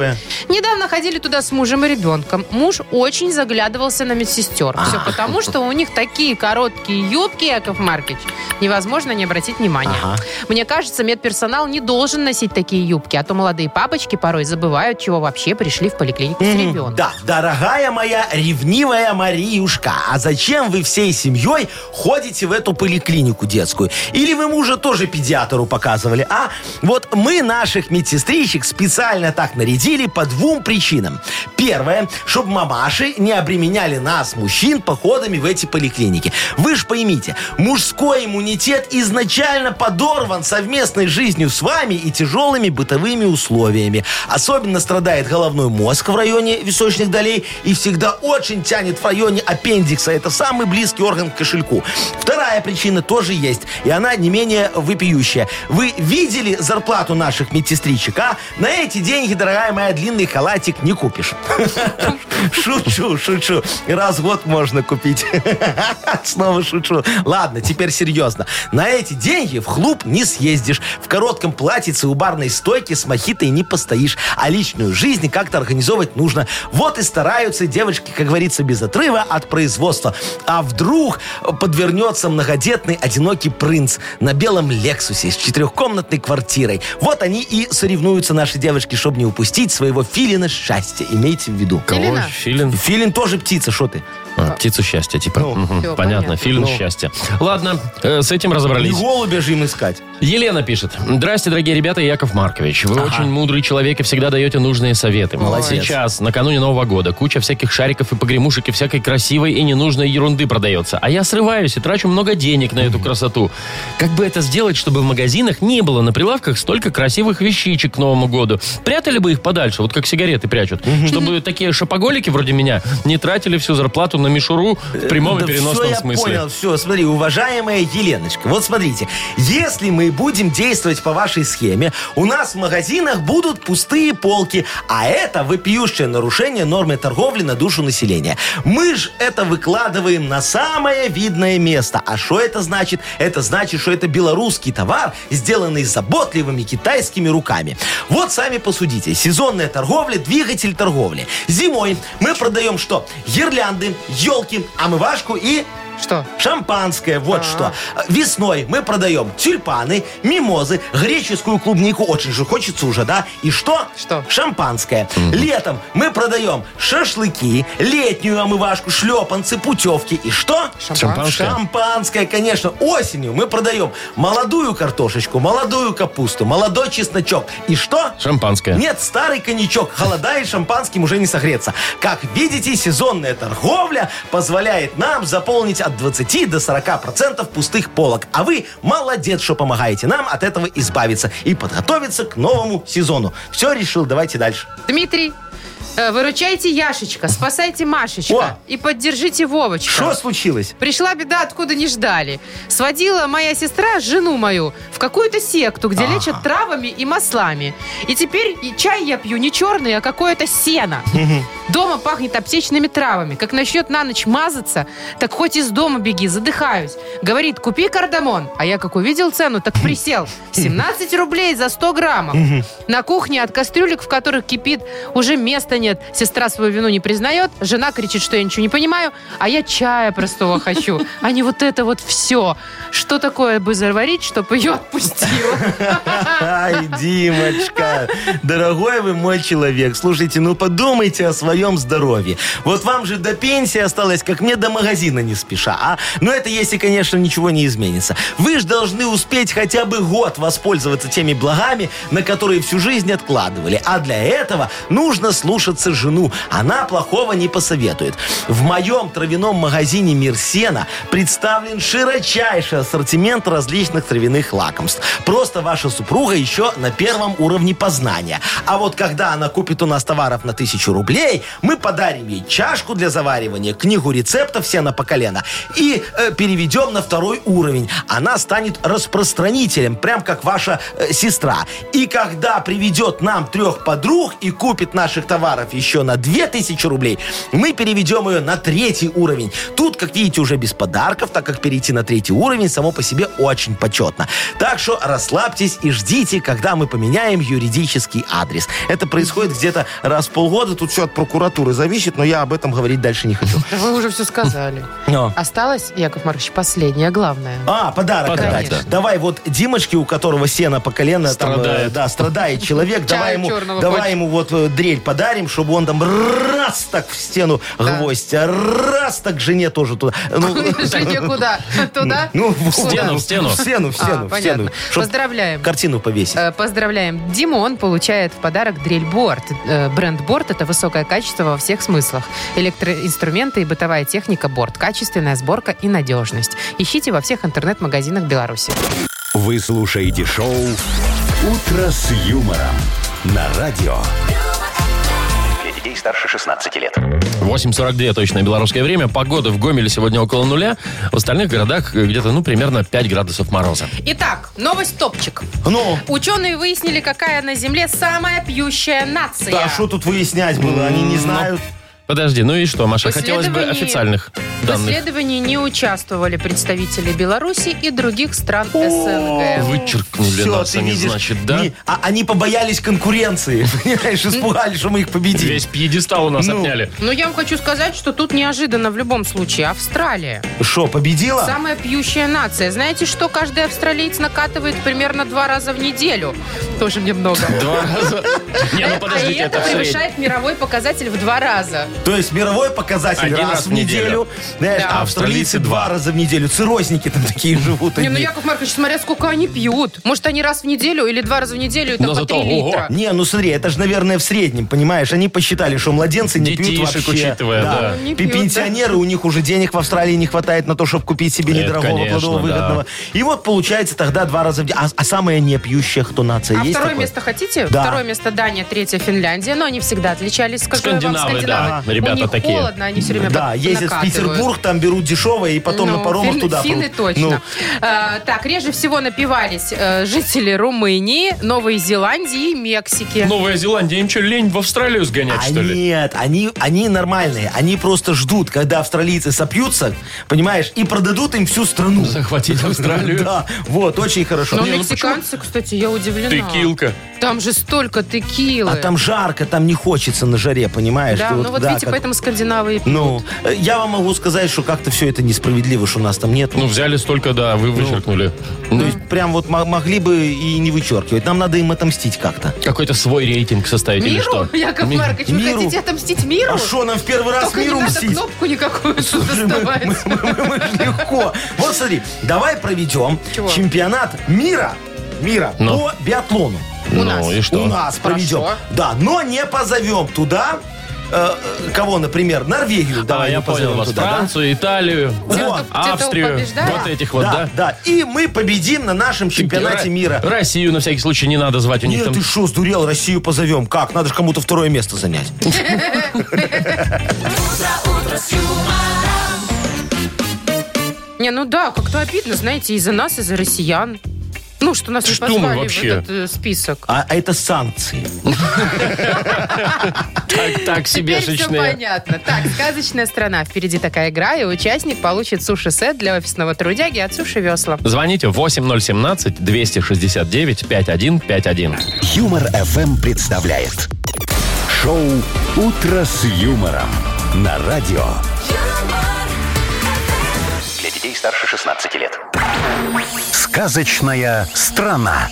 S2: Недавно ходили туда с мужем и ребенком. Муж очень заглядывался на медсестер. Все потому, что у них такие короткие юбки, Яков Маркич, невозможно не обратить внимания. Мне кажется, медперсонал не должен носить такие юбки, а то молодые папочки порой забывают, чего вообще пришли в поликлинику с ребенком.
S3: Да, дорогая моя ревнивая Мариюшка, а зачем вы всей семьей ходите в эту поликлинику детскую? Или вы мужа тоже педиатру показывали, а? Вот мы наших медсестричек специально так нарядили по двум причинам. Первое, чтобы мамаши не обременяли нас, мужчин, походами в эти поликлиники. Вы ж поймите, мужской иммунитет изначально подорван совместной жизнью с вами и тяжелыми бытовыми условиями. Особенно страдает головной мозг в районе височных долей и всегда очень тянет в районе аппендикса. Это самый близкий орган к кошельку. Вторая причина тоже есть, и она не менее выпиющая. Вы видели зарплату наших медсестричек, а? На эти деньги, дорогая моя, длинный халатик не купишь. Шучу, шучу. Раз в год можно купить. Снова шучу. Ладно, теперь серьезно. На эти деньги в клуб не съездишь. В коротком платьице у барной стойки с мохитой не постоишь. А личную жизнь как-то организовывать нужно. Вот и стараются девочки, как говорится, без отрыва от производства. А вдруг подвернется многодетный одинокий принц на белом Лексусе с четырехкомнатной квартирой. Вот они и соревнуются, наши девочки, чтобы не упустить своего филина счастья. Имейте в виду.
S1: Кого?
S2: Филина?
S1: Филин?
S3: Филин тоже птица, что ты?
S1: А, птицу счастья, типа. Мгм, понятно.
S2: всё, понятно.
S1: Филин счастья. Ладно, э, с этим
S3: Не
S1: разобрались.
S3: голубя же им искать.
S1: Елена пишет. Здрасте, дорогие ребята, Яков Маркович. Вы очень мудрый человек и всегда даете нужные советы.
S3: Молодец.
S1: Сейчас, накануне Нового года, куча всяких шариков и погремушек и всякой красивой и ненужной ерунды продается. А я срываюсь и трачу много денег на эту красоту. Как бы это сделать, чтобы в магазинах не было на прилавках столько красивых вещичек к Новому году? Прятали бы их подальше, вот как сигареты прячут. Чтобы такие шопоголики вроде меня не тратили всю зарплату на мишуру в прямом и
S3: Э, Да
S1: переносном
S3: всё,
S1: смысле.
S3: я понял, все, смотри, уважаемая Еленочка, вот смотрите, если мы будем действовать по вашей схеме, у нас в магазинах будут пустые полки, а это вопиющее нарушение нормы торговли на душу населения. Мы же это выкладываем на самое видное место. А что это значит? Это значит, что это белорусский товар, сделанный заботливыми китайскими руками. Вот сами посудите. Сезонная торговля, двигатель торговли. Зимой мы продаем что? Гирлянды, елки, омывашку и
S2: Что?
S3: Шампанское, вот что. Весной мы продаем тюльпаны, мимозы, греческую клубнику, очень же хочется уже, да? И что?
S2: Что?
S3: Шампанское. Летом мы продаем шашлыки, летнюю омывашку, шлепанцы, путевки. И что?
S1: Шампанское?
S3: Шампанское, конечно. Осенью мы продаем молодую картошечку, молодую капусту, молодой чесночок. И что?
S1: Шампанское.
S3: Нет, старый коньячок, холода и шампанским уже не согреться. Как видите, сезонная торговля позволяет нам заполнить от 20 до 40 процентов пустых полок. А вы молодец, что помогаете нам от этого избавиться и подготовиться к новому сезону. Все решил, давайте дальше.
S2: Дмитрий, э, выручайте Яшечка, спасайте Машечка
S3: О!
S2: и поддержите Вовочка.
S3: Что случилось?
S2: Пришла беда, откуда не ждали. Сводила моя сестра жену мою в какую-то секту, где лечат травами и маслами. И теперь и чай я пью не черный, а какое-то сено. Дома пахнет аптечными травами. Как начнет на ночь мазаться, так хоть из дома беги, задыхаюсь. Говорит, купи кардамон. А я как увидел цену, так присел. 17 рублей за 100 граммов. На кухне от кастрюлек, в которых кипит, уже места нет. Сестра свою вину не признает, жена кричит, что я ничего не понимаю, а я чая простого хочу, а не вот это вот все. Что такое бы заварить, чтобы ее отпустило?
S3: Ай, Димочка, дорогой вы мой человек, слушайте, ну подумайте о своем здоровье. Вот вам же до пенсии осталось, как мне до магазина не спеша, а? Но это если, конечно, ничего не изменится. Вы же должны успеть хотя бы год воспользоваться теми благами, на которые всю жизнь откладывали. А для этого нужно слушаться жену. Она плохого не посоветует. В моем травяном магазине «Мир сена» представлен широчайший ассортимент различных травяных лакомств. Просто ваша супруга еще на первом уровне познания. А вот когда она купит у нас товаров на тысячу рублей, мы подарим ей чашку для заваривания, книгу рецептов все на по колено и э, переведем на второй уровень. Она станет распространителем, прям как ваша э, сестра. И когда приведет нам трех подруг и купит наших товаров еще на 2000 рублей, мы переведем ее на третий уровень. Тут, как видите, уже без подарков, так как перейти на третий уровень само по себе очень почетно. Так что расслабьтесь и ждите, когда мы поменяем юридический адрес. Это происходит где-то раз в полгода. Тут все от прокуратуры зависит, но я об этом говорить дальше не хочу.
S2: Да Вы уже все сказали.
S3: Но.
S2: Осталось, Яков Маркович, последнее, главное.
S3: А, подарок
S1: Подарок,
S3: отдать.
S1: да.
S3: Давай вот Димочке, у которого сено по колено там, э,
S1: Страдает.
S3: да, страдает человек, давай
S2: Чаю
S3: ему,
S2: черного
S3: давай
S2: хочет.
S3: ему вот э, дрель подарим, чтобы он там раз так в стену гвоздь, а раз так жене тоже туда. Ну,
S2: Жене куда? Туда?
S3: ну, в
S2: Куда?
S1: стену, в стену.
S3: В стену, в
S2: А,
S3: стену, в
S2: понятно.
S3: стену. Чтоб
S2: Поздравляем.
S3: картину повесить.
S2: Э, Поздравляем Диму. Он получает в подарок дрель-борт. Э, Бренд борт – это высокое качество во всех смыслах. Электроинструменты и бытовая техника борт. Качественная сборка и надежность. Ищите во всех интернет-магазинах Беларуси.
S4: Вы слушаете шоу «Утро с юмором» на радио.
S6: Для детей старше 16 лет.
S1: 8.42 точное белорусское время. Погода в Гомеле сегодня около нуля. В остальных городах э, где-то, ну, примерно 5 градусов мороза.
S2: Итак, новость топчик.
S3: Ну,
S2: Ученые выяснили, какая на Земле самая пьющая нация.
S3: да, что тут выяснять было? Они
S2: ну,
S3: не знают.
S1: Подожди, ну и что, Маша,
S2: В
S1: хотелось бы
S2: исследовании-
S1: официальных
S2: В
S1: данных.
S2: исследовании не участвовали представители Беларуси и других стран СНГ.
S1: Вычеркнули
S3: Всё,
S1: нас
S3: ты
S1: они,
S3: видишь,
S1: значит, да?
S3: не- а они побоялись конкуренции, понимаешь, испугались, что мы их победили.
S1: Весь пьедестал у нас
S3: Ну.
S1: отняли.
S2: Но я вам хочу сказать, что тут неожиданно в любом случае Австралия.
S3: Что, победила?
S2: Самая пьющая нация. Знаете, что каждый австралиец накатывает примерно два раза в неделю? Тоже мне много.
S1: Два раза. Не, ну подождите,
S2: а и это,
S1: это все.
S2: превышает мировой показатель в два раза.
S3: То есть мировой показатель
S1: Один
S3: раз,
S1: раз
S3: в
S1: в неделю.
S3: неделю, знаешь,
S2: Да.
S3: а австралийцы
S1: Австралийцы
S3: два
S1: два.
S3: раза в неделю. Цирозники там такие живут.
S2: Не, ну
S3: одни.
S2: Яков Маркович, смотря сколько они пьют. Может, они раз в неделю или два раза в неделю, это
S1: Но
S2: по
S1: зато,
S2: три
S1: ого.
S2: литра.
S3: Не, ну смотри, это же, наверное, в среднем, понимаешь? Они посчитали, что младенцы не пьют
S1: Детишек
S3: вообще.
S1: учитывая, да.
S2: Не
S3: Пи-
S2: пьют,
S3: Пенсионеры, у них уже денег в Австралии не хватает на то, чтобы купить себе
S1: Это,
S3: недорогого,
S1: конечно,
S3: плодового, выгодного. И вот получается тогда два раза в день. А, а самая не пьющая кто нация
S2: А
S3: есть
S2: второе
S3: такое?
S2: место хотите?
S3: Да.
S2: Второе место Дания, третье Финляндия. Но они всегда отличались. Скажу я вам,
S1: Скандинавы, да.
S2: скандинавы.
S1: Ребята
S2: У них
S1: такие.
S2: холодно, они все время
S3: Да,
S2: под-
S3: ездят в
S2: накатывают.
S3: Петербург, там берут дешевое, и потом
S2: Ну,
S3: на паромах
S2: фин-
S3: туда
S2: Финны
S3: прут.
S2: точно.
S3: Ну,
S2: А, так, реже всего напивались э, жители Румынии, Новой Зеландии и Мексики.
S3: Ну,
S1: Новая Зеландия, им что, лень в Австралию сгонять,
S3: А
S1: что ли?
S3: Нет, они, они нормальные. Они просто ждут, когда австралийцы сопьются, понимаешь, и продадут им всю страну.
S1: Захватить Австралию?
S3: Да, вот, очень
S2: Но
S3: хорошо.
S1: Не, ну
S2: мексиканцы, кстати, я удивлена.
S1: Текилка.
S2: Там же столько текилы.
S3: А там жарко, там не хочется на жаре, понимаешь?
S2: да,
S3: Ты
S2: ну вот
S3: да,
S2: видите,
S3: как-
S2: поэтому скандинавы и пьют.
S3: Ну, э, я вам могу сказать, что как-то все это несправедливо, что нас там нет.
S1: Ну, взяли столько, да,
S3: Ну.
S1: вы вычеркнули. Ну,
S3: То есть прям вот мо- могли бы и не вычеркивать. Нам надо им отомстить как-то.
S1: Какой-то свой рейтинг составить или
S2: Миру,
S1: что?
S2: Яков
S1: Ми-
S2: Маркович, вы
S3: миру.
S2: хотите отомстить миру?
S3: А что, нам в первый раз
S2: Только не
S3: миру
S2: надо
S3: мстить?
S2: кнопку никакую тут
S3: Слушай, мы-
S2: доставать.
S3: мы- мы- мы ж легко. Вот смотри, давай проведем
S2: Чего?
S3: чемпионат мира, мира
S1: Ну.
S3: по биатлону.
S1: Ну
S2: нас.
S1: и что?
S3: У нас проведем.
S2: Хорошо.
S3: Да, но не позовем туда э, э, кого, например, Норвегию.
S1: А,
S3: Давай
S1: я
S3: не позовем
S1: понял вас.
S3: туда, да?
S1: Францию, Италию,
S3: кто-
S1: вот,
S3: те,
S2: кто
S1: Австрию.
S2: побеждает?
S1: Вот этих вот,
S3: да,
S1: да?
S3: да. И мы победим на нашем чемпионате
S1: Ра-
S3: мира.
S1: Россию на всякий случай не надо звать у них
S3: Нет,
S1: там.
S3: ты что, сдурел, Россию позовем? Как? Надо же кому-то второе место занять.
S2: Не, ну да, как-то обидно, знаете, и за нас, и за россиян. Ну, что нас
S1: Что
S2: не
S1: мы
S2: позвали
S1: вообще?
S2: в этот э, список.
S3: А а это санкции.
S1: Так, так себе
S2: Теперь все
S1: шичные.
S2: понятно. Так, сказочная страна. Впереди такая игра, и участник получит суши-сет для офисного трудяги от Суши Весла.
S1: Звоните 8017-269-5151.
S4: Юмор FM представляет шоу Утро с юмором на радио.
S6: Для детей старше 16 лет.
S4: Сказочная страна.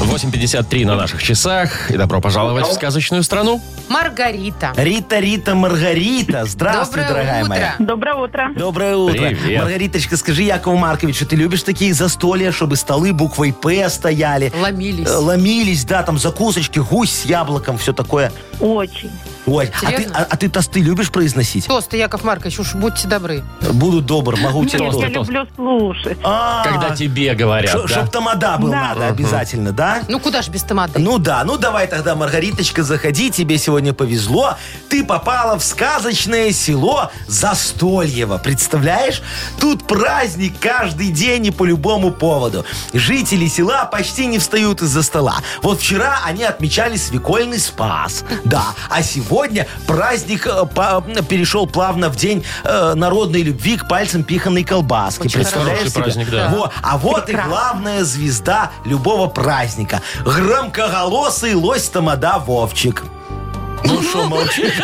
S1: 8.53 на наших часах. И добро пожаловать в сказочную страну.
S2: Маргарита.
S3: Рита, Рита, Маргарита. Э, Здравствуй,
S2: Доброе
S3: дорогая
S2: утро.
S3: моя.
S7: Доброе утро.
S3: Доброе утро.
S1: Привет.
S3: Маргариточка, скажи Якову Марковичу, ты любишь такие застолья, чтобы столы буквой «П» стояли?
S2: Ломились.
S3: Э, Ломились, да, там закусочки, гусь с яблоком, все такое.
S7: Очень.
S3: Ой, а ты,
S2: Серьезно?
S3: а, а ты тосты любишь произносить?
S2: Тосты, Яков Маркович, уж будьте добры.
S3: Буду добр, могу
S7: Нет,
S3: тебе
S1: Что
S7: я
S1: что?
S7: люблю слушать.
S3: А,
S1: Когда тебе говорят,
S3: Чтоб
S1: да?
S3: тамада был
S7: Да.
S3: надо обязательно, да? А?
S2: Ну куда ж без тамады?
S3: Ну да, ну давай тогда, Маргариточка, заходи, тебе сегодня повезло. Ты попала в сказочное село Застольево, представляешь? Тут праздник каждый день и по любому поводу. Жители села почти не встают из-за стола. Вот вчера они отмечали свекольный спас, да. А сегодня праздник э, по- перешел плавно в день э, народной любви к пальцам пиханной колбаски.
S2: Очень
S3: представляешь
S1: хороший
S3: себе?
S1: праздник, да.
S3: Во, а вот и
S2: Прекрасно.
S3: главная звезда любого праздника. Громкоголосый лось тамада Вовчик. Ну что, молчишь?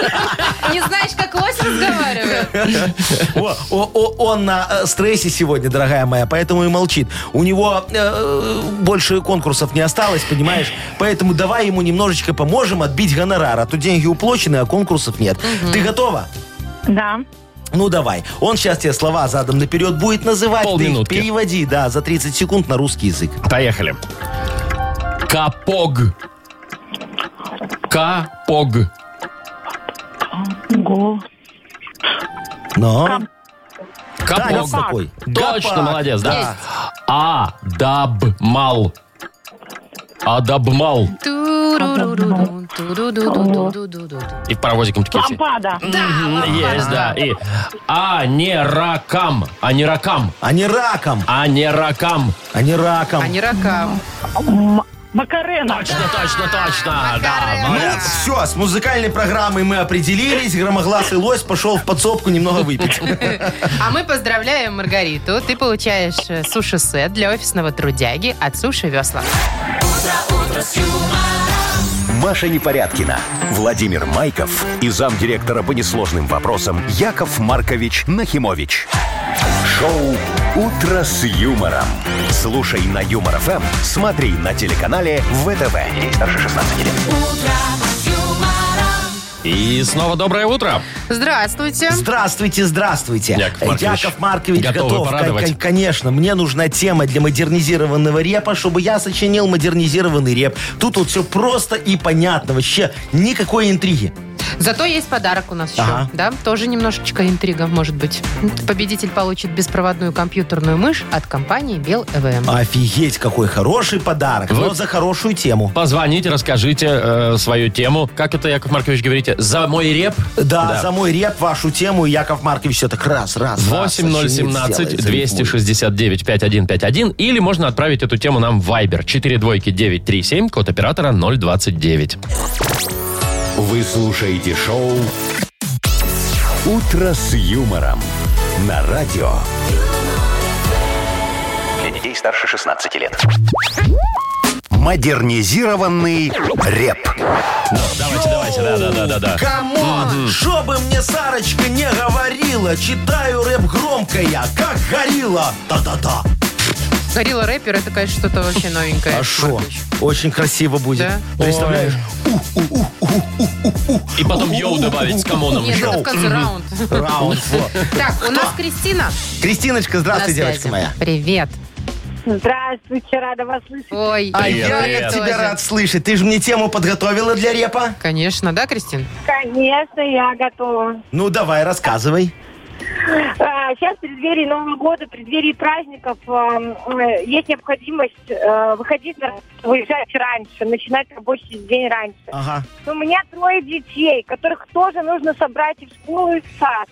S2: А Не знаешь, как лось разговаривает?
S3: Во, о- о- он на э, стрессе сегодня, дорогая моя, поэтому и молчит. У него э, больше конкурсов не осталось, понимаешь? Поэтому давай ему немножечко поможем отбить гонорар, а то деньги уплочены, а конкурсов нет. Ты готова?
S7: Да.
S3: Ну давай. Он сейчас тебе слова задом наперед будет называть. Ты их
S1: Полминутки.
S3: переводи, да, за 30 секунд на русский язык.
S1: Поехали. Капог. Капог.
S7: Гол.
S3: Но...
S1: Капог.
S3: Танец такой.
S1: Точно,
S3: Гопак,
S1: молодец, да.
S3: да.
S1: Адабмал. Адабмал.
S2: Турурурурун, туруруруруруруру.
S1: И паровозиком такие все.
S7: Лампада.
S1: М, Есть, да. И а не ракам, а не ракам,
S3: А не раком,
S1: а не ракам.
S3: а не раком.
S2: А не ракам.
S7: М- Макарена.
S1: Точно, точно, точно. Да,
S2: Макарена.
S3: Ну,
S1: молодец.
S3: все, с музыкальной программой мы определились. Громогласый лось пошел в подсобку немного выпить.
S2: А мы поздравляем Маргариту. Ты получаешь э, суши-сет для офисного трудяги от Суши Весла.
S4: Маша Непорядкина, Владимир Майков и замдиректора по несложным вопросам Яков Маркович Нахимович. Шоу «Утро с юмором». Слушай на Юмор ФМ, смотри на телеканале ВТВ. Ей старше 16 лет.
S1: И снова доброе утро.
S2: Здравствуйте.
S3: Здравствуйте, здравствуйте.
S1: Яков Маркович.
S3: Яков Маркович
S1: Готовы
S3: готов.
S1: порадовать?
S3: Кон- кон- Конечно, мне нужна тема для модернизированного репа, чтобы я сочинил модернизированный реп. Тут вот все просто и понятно. Вообще никакой интриги.
S2: Зато есть подарок у нас еще.
S3: Ага.
S2: Да? Тоже немножечко интрига, может быть. Победитель получит беспроводную компьютерную мышь от компании Бел ЭВМ.
S3: А. Офигеть, какой хороший подарок.
S1: Вот.
S3: Но за хорошую тему.
S1: Позвоните, расскажите э, свою тему. Как это, Яков Маркович, говорите? За мой реп?
S3: Да,
S1: Да.
S3: за мой реп, вашу тему, и Яков Маркович все так раз, раз, раз, сочинит, сделает, залипует.
S1: 8017-269-5151. Или можно отправить эту тему нам в Viber. 4 двойки 937, код оператора 029.
S4: Вы слушаете шоу «Утро с юмором» на радио.
S6: Для детей старше 16 лет.
S4: Модернизированный реп.
S1: Давайте, давайте, да-да-да-да.
S3: Камон, что бы мне Сарочка не говорила, читаю рэп громко я, как горилла. Да-да-да.
S2: Горилла рэпер, это, конечно, что-то вообще новенькое.
S3: А шо?
S2: Маркович.
S3: Очень красиво будет.
S2: Да?
S3: Представляешь?
S1: И потом йоу добавить с камоном
S2: Нет,
S1: еще.
S2: это в конце раунд.
S3: Раунд. во.
S2: Так, у нас Кристина
S3: Кристиночка,
S2: на
S3: здравствуй, девочка
S2: связи.
S3: моя.
S2: Привет.
S7: Здравствуйте, рада вас слышать.
S2: Ой,
S3: А
S1: Привет,
S3: я
S1: привет.
S3: как
S2: тоже.
S3: тебя рад слышать. Ты же мне тему подготовила для репа.
S2: Конечно, да, Кристин?
S7: Конечно, я готова.
S3: Ну, давай, рассказывай.
S7: А, Сейчас в преддверии Нового года, в преддверии праздников а, м, э, есть необходимость э, выходить на работу, выезжать раньше, начинать рабочий день раньше.
S3: Ага.
S7: У меня трое детей, которых тоже нужно собрать и в школу, и в сад.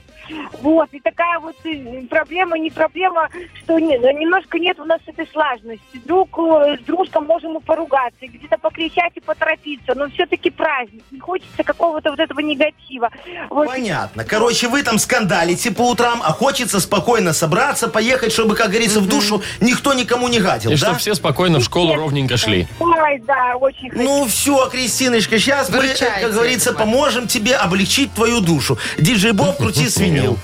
S7: Вот, и такая вот э, проблема, не проблема, что не- немножко нет у нас этой слаженности. Друг э, с дружком можем и поругаться, и где-то покричать и поторопиться, но все-таки праздник, не хочется какого-то вот этого негатива. Вот,
S3: Понятно. Короче, вы там скандалите по утрам, а хочется спокойно собраться, поехать, чтобы, как говорится, в душу никто никому не гадил,
S1: И
S3: да?
S1: чтобы все спокойно в школу ровненько шли.
S7: Ой, да, очень хорошо.
S3: Ну все, Кристиночка, сейчас мы,
S2: Выручайте,
S3: как говорится,
S2: Яков Маркович.
S3: поможем тебе облегчить твою душу. Диджей Боб, крути свинил.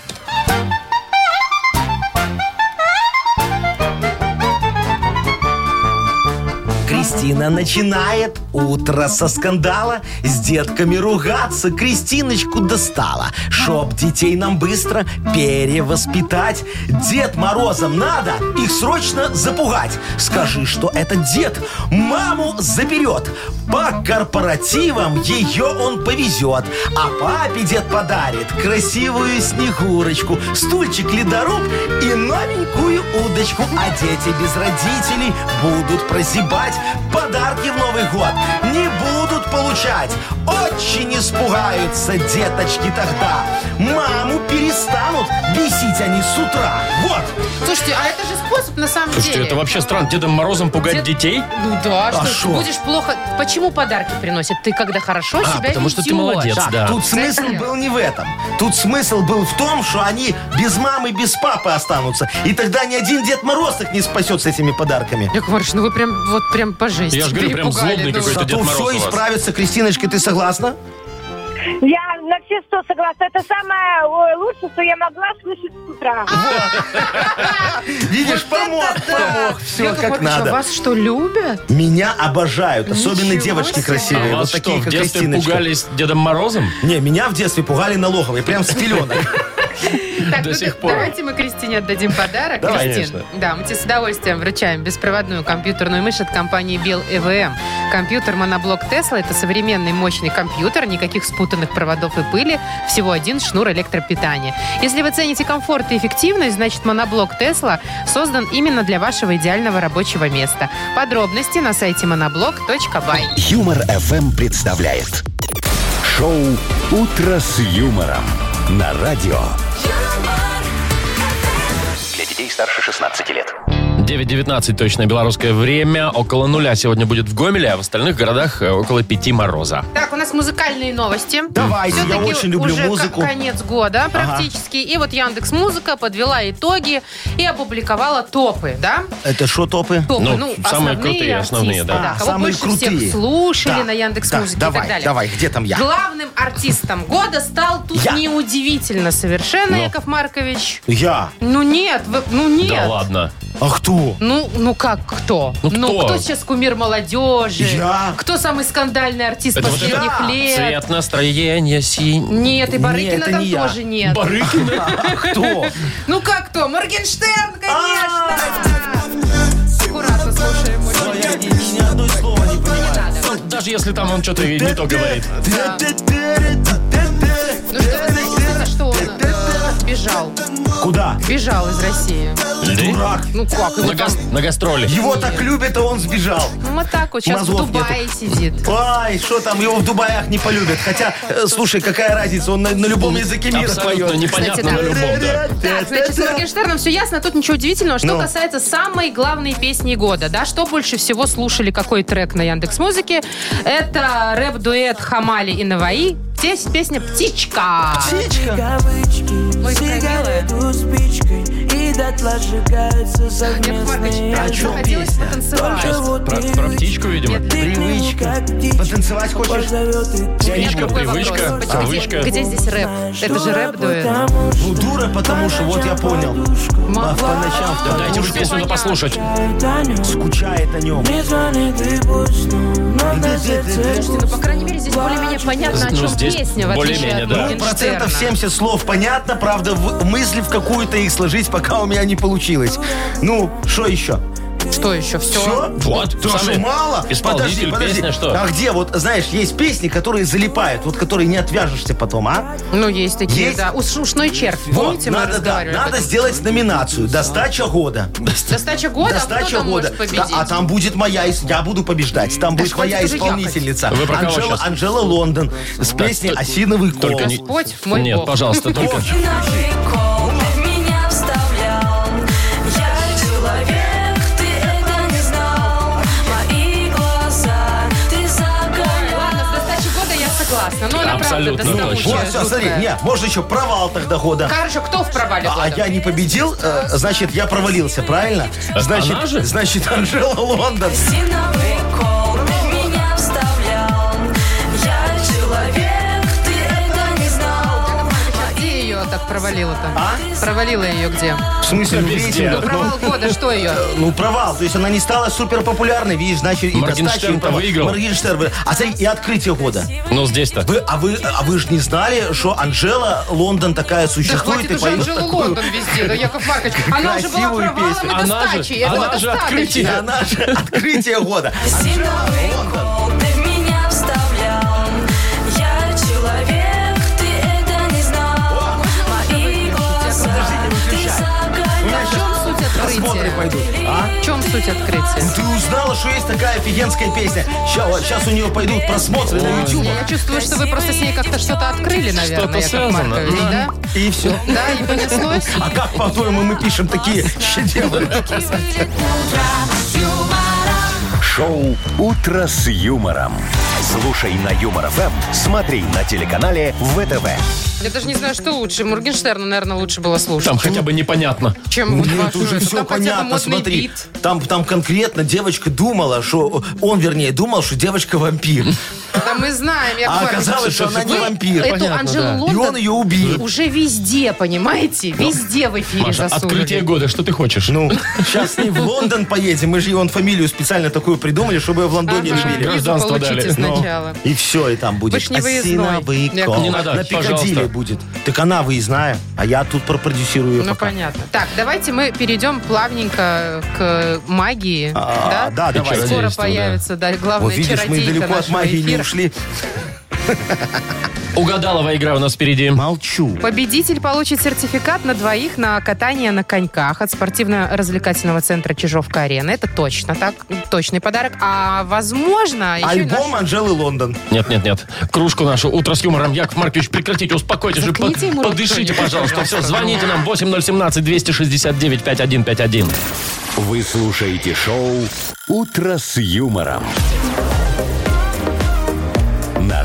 S3: Кристина начинает утро со скандала, с детками ругаться, Кристиночку достала. Чтоб детей нам быстро перевоспитать, Дед Морозом надо их срочно запугать. Скажи, что этот дед маму заберет, по корпоративам ее он повезет, а папе дед подарит красивую снегурочку, стульчик ледоруб и новенькую удочку. А дети без родителей будут прозябать по подарки в Новый год не будут получать. Очень испугаются деточки тогда. Маму перестанут бесить они с утра. Вот.
S2: Слушайте, а это же способ на самом
S1: Слушайте,
S2: деле.
S1: это вообще странно. Дедом Морозом пугать
S2: Дед-
S1: детей?
S2: Ну да, что, ты
S3: А шо? А,
S2: будешь плохо. Почему подарки приносят? Ты когда хорошо себя себя
S1: А, потому что ты
S2: ведешь.
S1: молодец.
S3: Так,
S1: да.
S3: тут смысл
S2: Правильно.
S3: был не в этом. Тут смысл был в том, что они без мамы, без папы останутся. И тогда ни один Дед Мороз их не спасет с этими подарками.
S2: Яков Маркович, ну вы прям вот прям по жести
S1: Я ж говорю, прям
S2: перепугали, Ну
S1: злобный
S2: да вы.
S1: какой-то. Дед
S3: Зато
S1: Мороз у
S3: все
S1: вас.
S3: исправится. Кристиночка, ты согласна?
S7: Я на все сто согласна. Это самое э, лучшее, что я могла слышать с утра.
S3: Видишь,
S2: Вот это
S3: помог,
S2: да!
S3: помог. Все
S2: Яков
S3: как
S2: Маркович, а
S3: надо.
S2: вас что, любят?
S3: Меня обожают, особенно
S2: Ничего
S3: девочки
S2: себе.
S1: А
S3: красивые,
S1: вас
S3: вот
S1: что,
S3: такие,
S1: в
S3: как
S1: детстве
S3: Кристиночка.
S1: пугались Дедом Морозом?
S3: Не, меня в детстве пугали налогом, я прям с пеленок.
S2: Так,
S1: До
S2: ну
S1: сих
S2: да-
S1: пор.
S2: давайте мы Кристине отдадим подарок.
S3: Давай,
S2: Кристин,
S3: конечно.
S2: да, мы тебе с удовольствием вручаем беспроводную компьютерную мышь от компании Bell EVM. Компьютер моноблок Tesla – это современный мощный компьютер, никаких спутанных проводов и пыли, всего один шнур электропитания. Если вы цените комфорт и эффективность, значит моноблок Tesla создан именно для вашего идеального рабочего места. Подробности на сайте monoblock.by.
S4: Юмор FM представляет шоу Утро с юмором на радио.
S6: Для детей старше 16 лет.
S1: 9.19 точное белорусское время. Около нуля сегодня будет в Гомеле, а в остальных городах э, около 5 мороза.
S2: Так, у нас музыкальные новости.
S3: Давайте, я
S2: Всё-таки
S3: очень люблю
S2: уже к-
S3: музыку.
S2: конец года практически. И вот Яндекс Музыка подвела итоги и опубликовала топы, да?
S3: Это шо топы?
S2: Топы,
S1: Ну, самые крутые,
S2: артисты,
S1: основные, да.
S3: А,
S2: кого больше всех слушали
S3: Да,
S2: на Яндекс
S3: да,
S2: Музыке и
S3: давай,
S2: так далее.
S3: Давай, где там я?
S2: Главным артистом года стал тут
S3: Я.
S2: неудивительно совершенно, Яков Маркович.
S3: Я.
S2: Ну нет, вы- ну нет.
S1: Да ладно.
S3: А кто?
S2: Ну, ну как кто?
S1: Ну, кто?
S2: сейчас кумир молодежи?
S3: Я.
S2: Кто самый скандальный артист
S1: Это вот
S2: последних
S3: это-
S2: лет?
S1: Цвет настроения синь.
S2: Нет, и
S3: Не,
S2: Барыкина
S3: это
S2: там
S3: не я.
S2: тоже нет.
S1: Барыкина.
S3: А кто?
S2: Ну как кто? Моргенштерн, конечно! Аккуратно слушаем. очень.
S3: Я ни- ни одно слово не понимаю.
S1: Даже если там он что-то не то говорит.
S2: Ну что, вы знаете, за что он э, бежал?
S3: Куда?
S2: Бежал из России.
S3: Дурак.
S2: Ну как? Его
S1: На,
S2: там...
S1: гас- на гастроли.
S3: Его так любят, а он сбежал.
S2: Ну вот так вот, сейчас в
S3: Мозгов
S2: Дубае сидит.
S3: Ай, что там, его в Дубаях не полюбят. Хотя, э, слушай, какая разница, он на, на любом языке мира
S1: Абсолютно
S3: поет.
S1: непонятно
S2: Кстати,
S1: на
S2: да.
S1: любом, да.
S2: Так, значит, с Моргенштерном все ясно, тут ничего удивительного. Что
S3: Э, Ну.
S2: касается самой главной песни года, да, что больше всего слушали, какой трек на Яндекс Музыке? Это рэп-дуэт Хамали и Наваи. Здесь песня «Птичка».
S3: Птичка.
S2: Ой, какая милая.
S8: Сигарету спичкой и дотла сжигаются
S2: Яков Маркович, а
S8: совместные
S2: прям
S3: чё
S2: захотелось
S3: песня?
S2: потанцевать.
S8: вот
S1: Про, про птичку, видимо.
S2: Нет,
S8: ты к нему,
S3: Привычка.
S8: как птичка,
S3: Потанцевать хочешь?
S8: позовет и
S2: У меня
S1: Птичка,
S2: другой
S1: привычка, а
S2: вопрос.
S3: А
S1: привычка.
S2: Где, где здесь рэп? Это же рэп-дуэт.
S8: потому
S3: Ну, дура, потому что, вот я понял. А по ночам в
S1: Да дайте уже
S3: подушку
S1: песню-то послушать.
S3: скучает о нем.
S8: Не звонит и пусть, но на сердце
S2: Слушайте, ну, по крайней мере, здесь более-менее понятно, о
S1: Ну,
S2: чем
S1: здесь
S2: песня, в отличие
S1: более-менее,
S2: от
S1: да. Ну,
S2: Моргенштерна.
S3: Процентов 70 слов понятно, правда, в мысли в какую-то их сложить, пока у меня не получилось. Ну, что еще?
S2: Что еще? Все?
S3: Все?
S1: Вот,
S3: То,
S1: самый
S3: что мало? Подожди,
S1: исполнитель,
S3: подожди.
S1: песня, что?
S3: А где, вот, знаешь, есть песни, которые залипают, вот которые не отвяжешься потом, а?
S2: Ну, есть такие,
S3: Есть?
S2: да. Уш- Ушной червь.
S3: Вот,
S2: Помните, мы
S3: надо, да,
S2: разговаривали? об
S3: надо
S2: этом?
S3: сделать номинацию. Достача года.
S2: Достача года? А кто
S3: Достача
S2: там
S3: года.
S2: может победить?
S3: Да, а там будет моя, ис- я буду побеждать. Там будет
S2: хватит
S3: моя
S2: уже
S3: исполнительница.
S1: Вы про кого
S3: Анжела,
S1: щас?
S3: Анжела Лондон с песней
S1: т-
S3: «Осиновый кол».
S1: Только не...
S2: Господь мой
S1: Нет,
S2: Бог.
S1: пожалуйста, только...
S9: И на прикол ты в меня вставлял Я человек, ты это не знал Мои глаза ты
S2: Ладно, с
S9: закалял
S2: достачей года я согласна. Ну, Но она
S1: Абсолютно
S2: правда
S1: точно.
S2: доставучая,
S3: Вот, все, смотри,
S2: жуткая.
S3: нет, можно еще провал тогда года.
S2: Короче, кто в провале
S3: А
S2: года?
S3: я не победил, э, значит, я провалился, правильно? Значит,
S1: она же?
S3: значит, Анжела Лондон.
S9: И на прикол ты в меня вставлял Я человек, ты это не знал
S2: А Где ее так провалила-то?
S3: А?
S2: Провалила ее где?
S3: В смысле, ну, видите,
S2: Ну, провал года, что ее?
S3: ну, провал. То есть она не стала супер популярной, видишь, значит, и
S1: Моргенштерн-то
S3: достаточно и провал.
S1: выиграл.
S3: Моргенштерн выиграл. А смотри, и открытие года.
S1: Ну, здесь-то.
S3: Вы, а вы, а вы же не знали, что Анжела Лондон такая
S2: Да
S3: существует?
S2: хватит уже
S3: поешь
S2: Анжелу
S3: такую?
S2: Лондон везде, да, Яков Маркович. Она уже была
S3: Красивую песню.
S2: провалом и
S1: Она же-
S2: достачей. Этого
S1: она же
S2: достаточно.
S3: И она же открытие года.
S9: И на прикол ты в меня вставлял Я человек, ты это не знал Мои глаза ты закалял
S2: А в чем суть
S3: Просмотры
S2: открытия?
S3: пойдут. А?
S2: В чем суть открытия?
S3: Ты узнала, что есть такая офигенская песня. Сейчас у нее пойдут просмотры на YouTube.
S2: Я чувствую, что вы просто с ней как-то что-то открыли, наверное, Яков
S1: связано,
S2: Маркович, да?
S1: да.
S3: И все.
S2: Да, и понеслось.
S3: А как, по-твоему, мы пишем такие щеделы?
S4: Шоу «Утро с юмором». Слушай на Юмор ФМ, смотри на телеканале ВТВ.
S2: Я даже не знаю, что лучше. Моргенштерна, наверное, лучше было слушать.
S1: Там хотя бы непонятно.
S2: Чем вот
S3: Нет,
S2: вашу
S3: ну, уже
S2: эту.
S3: все
S2: Ну, Там хотя бы
S3: понятно,
S2: модный
S3: смотри.
S2: бит.
S3: Там, там конкретно девочка думала, что... Он, вернее, думал, что девочка вампир.
S2: Да мы знаем, я
S3: А оказалось, что она не вампир.
S2: Эту
S1: Понятно, да.
S2: Анжелу
S3: И он
S2: Лондон
S3: ее убил.
S2: уже везде, понимаете? Везде в эфире
S1: Маша, открытие
S2: засунули.
S1: года, что ты хочешь?
S3: Ну, сейчас с ней в Лондон поедем. Мы же ей вон фамилию специально такую придумали, чтобы ее в Лондоне
S2: Ага,
S3: любили.
S2: визу
S1: Гражданство
S2: получите
S1: дали. Ну.
S2: сначала.
S3: И все, и там будет.
S2: Вы ж не выездной,
S3: Осиновый
S2: Яков
S3: кол.
S1: Не надо,
S3: На Пикадилли
S1: пожалуйста.
S3: будет. Так она выездная, а я тут пропродюсирую ее
S2: Ну,
S3: пока.
S2: понятно. Так, давайте мы перейдем плавненько к магии. да?
S3: А, да, давай.
S2: Скоро
S1: Чародейству, да.
S2: появится, да, главная
S3: Вот видишь, мы
S2: чародейка
S3: далеко от
S2: нашего
S3: магии не
S2: эфира.
S3: ушли.
S1: Угадалова игра у нас впереди.
S3: Молчу.
S2: Победитель получит сертификат на двоих на катание на коньках от спортивно-развлекательного центра Чижовка-Арена. Это точно, так, точный подарок. А, возможно, еще и
S3: Альбом Анжелы Лондон.
S1: Нет, нет, нет. Кружку нашу «Утро с юмором». Яков Маркович, прекратите, успокойтесь же.
S2: Заткните ему рот
S1: подышите,
S2: кто-нибудь,
S1: пожалуйста.
S2: пожалуйста.
S1: Все, звоните нам 8017-269-5151.
S4: Вы слушаете шоу «Утро с юмором». На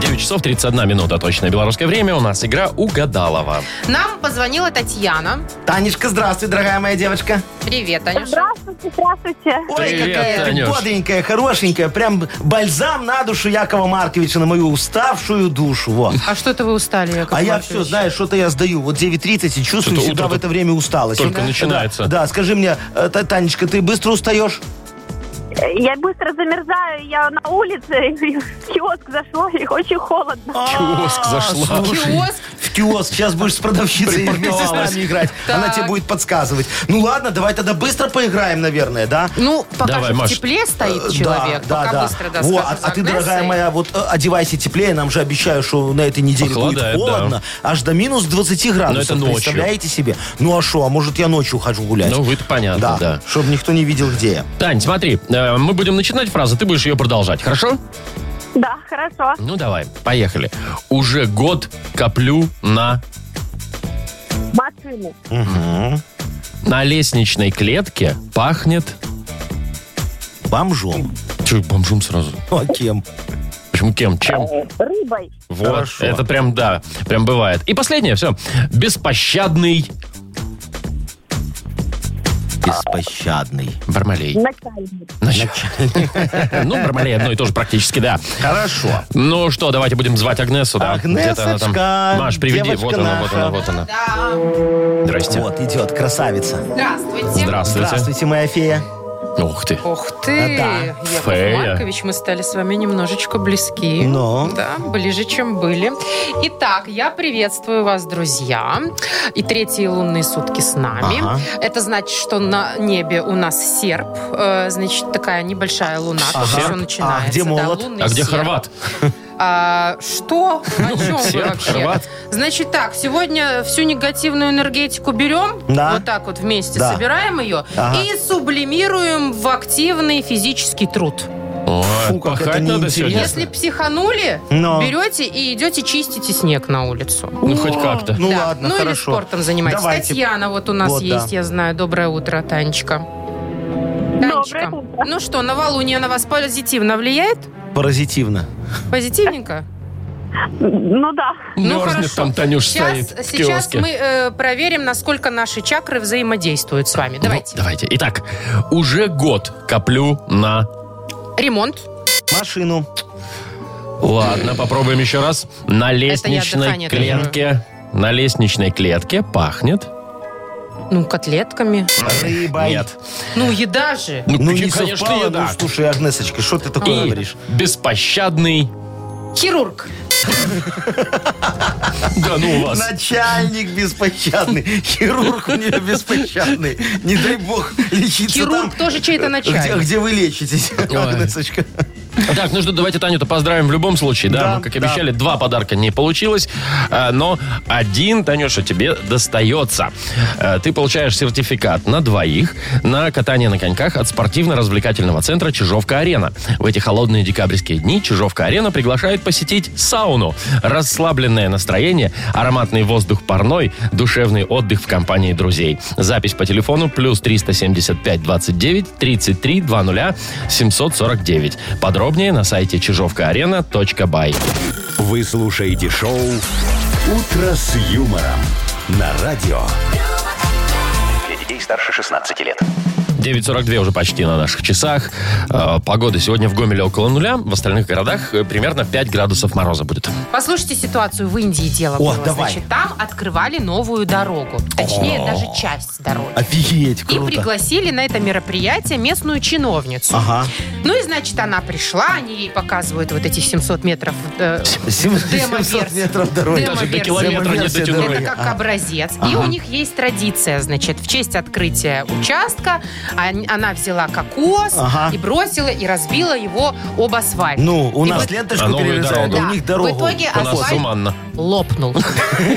S1: 9 часов 31 минута, точное белорусское время. У нас игра «Угадалова».
S2: наш- Нам позвонила Татьяна.
S3: Танечка, здравствуй, дорогая моя девочка.
S2: Привет, Танюша.
S7: Здравствуйте, здравствуйте.
S3: Ой,
S1: Привет,
S3: какая
S1: Танюш.
S3: ты бодренькая, хорошенькая. Прям бальзам на душу Якова Марковича, на мою уставшую душу. Вот.
S2: А что это вы устали, Яков
S3: А я
S2: Маркович?
S3: все, знаешь, что-то я сдаю. Вот 9.30 и чувствую
S1: Что-то
S3: всегда в
S1: утро-то
S3: это время усталость.
S1: Только
S3: Да.
S1: начинается.
S3: Да, скажи мне, э, Та- Танечка, ты быстро устаешь?
S7: Я быстро замерзаю, я на улице, в киоск зашла, и очень холодно.
S1: Киоск зашла.
S3: А, слушай,
S2: Киоск?
S3: В киоск. Сейчас будешь с продавщицей вместе с нами играть. Она тебе будет подсказывать. Ну ладно, давай тогда быстро поиграем, наверное, да?
S2: Ну, пока
S1: Давай,
S2: же в
S1: Маш.
S2: тепле стоит
S3: Э,
S2: человек,
S3: да,
S2: пока
S3: да.
S2: быстро да,
S3: Во, а,
S2: скажу
S3: а
S2: за
S3: ты, дорогая
S2: Агнесой.
S3: моя, вот э, одевайся теплее. Нам же обещаю, что на этой неделе
S1: Похолодает,
S3: будет холодно. Аж до минус 20 градусов.
S1: Но это ночью.
S3: Представляете себе? Ну а что, а может я ночью хожу гулять?
S1: Ну, вы-то понятно,
S3: да.
S1: да.
S3: Чтобы никто не видел, где я.
S1: Тань, смотри, э, мы будем начинать фразу, ты будешь ее продолжать, хорошо?
S7: Да, хорошо.
S1: Ну, давай, поехали. Уже год коплю на...
S7: Машины.
S1: На лестничной клетке пахнет...
S3: Бомжом.
S1: Че, бомжом сразу?
S3: Ну, а кем?
S1: Почему кем? Чем?
S7: э, Рыбой.
S1: Вот,
S3: Хорошо.
S1: это прям, да, прям бывает. И последнее, все. Беспощадный
S3: Беспощадный.
S1: Бармалей.
S7: Начальник.
S1: Начальник. Ну, Бармалей одно и то же практически, да.
S3: Хорошо.
S1: Ну что, давайте будем звать Агнесу. Да. Где-то она там.
S3: Агнесочка,
S1: Маш, приведи.
S3: девочка
S1: Вот она, вот она,
S3: наша.
S1: вот она. Здрасте.
S3: Вот идет, красавица.
S2: Здравствуйте.
S1: Здравствуйте.
S3: Здравствуйте, моя фея.
S1: Ух ты.
S2: Ух ты,
S3: Да.
S2: Яков
S1: Фея.
S2: Маркович, мы стали с вами немножечко близки.
S3: Но.
S2: Да, ближе, чем были. Итак, я приветствую вас, друзья. И третьи лунные сутки с нами.
S3: Ага.
S2: Это значит, что на небе у нас серп. Э, Значит, такая небольшая луна.
S3: Ага.
S2: Только что
S3: Серп?
S2: начинается.
S3: А где
S2: Да,
S3: молот?
S2: лунный
S1: А где
S2: серп.
S1: хорват?
S2: А, что? О чем вы
S1: серп,
S2: вообще?
S1: хорват.
S2: Значит так, сегодня всю негативную энергетику берем,
S3: Да.
S2: вот так вот вместе
S3: Да.
S2: собираем ее
S3: Ага.
S2: и сублимируем в активный физический труд.
S1: Ой,
S3: Фу, как это
S1: пахать надо
S3: неинтересно.
S1: сегодня.
S2: Если психанули,
S3: Но.
S2: берете и идете чистите снег на улицу.
S1: Ну, хоть как-то.
S3: Ну
S2: Да.
S3: ладно,
S2: ну или
S3: хорошо.
S2: спортом занимайтесь.
S3: Давайте.
S2: Татьяна вот у нас
S3: Вот, да.
S2: есть, я знаю. Доброе утро, Танечка. Танечка,
S7: Доброе утро.
S2: ну что, новолуние на вас позитивно влияет?
S3: Паразитивно.
S2: Позитивненько?
S7: Ну да.
S2: Ну,
S1: Мерзнет
S2: хорошо.
S1: там Танюш
S2: Сейчас,
S1: стоит в
S2: сейчас
S1: киоске.
S2: мы э, проверим, насколько наши чакры взаимодействуют с вами.
S1: Ну,
S2: Давайте.
S1: давайте. Итак, уже год коплю на...
S2: Ремонт.
S3: Машину.
S1: Ладно, попробуем еще раз. На лестничной
S2: дыхание тренирую.
S1: клетке... На лестничной клетке пахнет...
S2: Ну, котлетками.
S3: Рыбой.
S1: Нет.
S2: Ну, еда же.
S1: Ну,
S3: Ну,
S1: конечно,
S3: не совпало.
S1: еда.
S3: Ну, слушай, Агнесочка, что ты
S1: И
S3: такое говоришь?
S1: беспощадный...
S2: Хирург.
S1: Да ну у вас.
S3: Начальник беспощадный, хирург у нее беспощадный. Не дай бог лечиться
S2: Хирург
S3: там, Э,
S2: тоже чей-то
S3: где,
S2: начальник.
S3: где вы лечитесь,
S1: Ой.
S3: Агнесочка.
S1: Так, ну что, давайте Таню-то поздравим в любом случае, да?
S3: Да,
S1: Мы, как и
S3: да.
S1: обещали, два подарка не получилось, а, но один, Танюша, тебе достается. Э, Ты получаешь сертификат на двоих на катание на коньках от спортивно-развлекательного центра «Чижовка-арена». В эти холодные декабрьские дни «Чижовка-арена» приглашает посетить сауну. Расслабленное настроение, ароматный воздух парной, душевный отдых в компании друзей. Запись по телефону плюс 375 29 33 20 749. Подробнее на сайте чижовкаарена.бай.
S4: Вы слушаете шоу «Утро с юмором» на радио.
S6: Для детей старше 16 лет.
S1: 9.42 уже почти на наших часах. Э, Погода сегодня в Гомеле около нуля. В остальных городах э, примерно 5 градусов мороза будет.
S2: Послушайте ситуацию в Индии дело
S3: О,
S2: было.
S3: давай.
S2: Значит, там открывали новую дорогу. Точнее, даже часть дороги.
S3: Офигеть,
S2: И
S3: круто. А.
S2: пригласили на это мероприятие местную чиновницу.
S3: Ага.
S2: Ну и, значит, она пришла, они ей показывают вот эти 700 метров. э,
S3: Сем-
S2: Демо-версия.
S3: 700 метров дороги.
S2: Демо-
S1: Даже до
S2: версия.
S1: километра не
S3: Версия
S1: дотянули.
S3: дороги.
S2: Это как образец. И у них есть традиция, значит, в честь открытия участка они- она взяла кокос
S3: Ага.
S2: и бросила, и разбила его об асфальт.
S3: Ну, у
S2: И
S3: нас
S2: вот-
S3: ленточку
S1: А новую
S3: перерезают,
S2: дорогу.
S3: а у них
S2: Да.
S3: дорогу.
S2: В итоге
S1: У нас
S2: Асфальт?
S1: туманно.
S2: лопнул.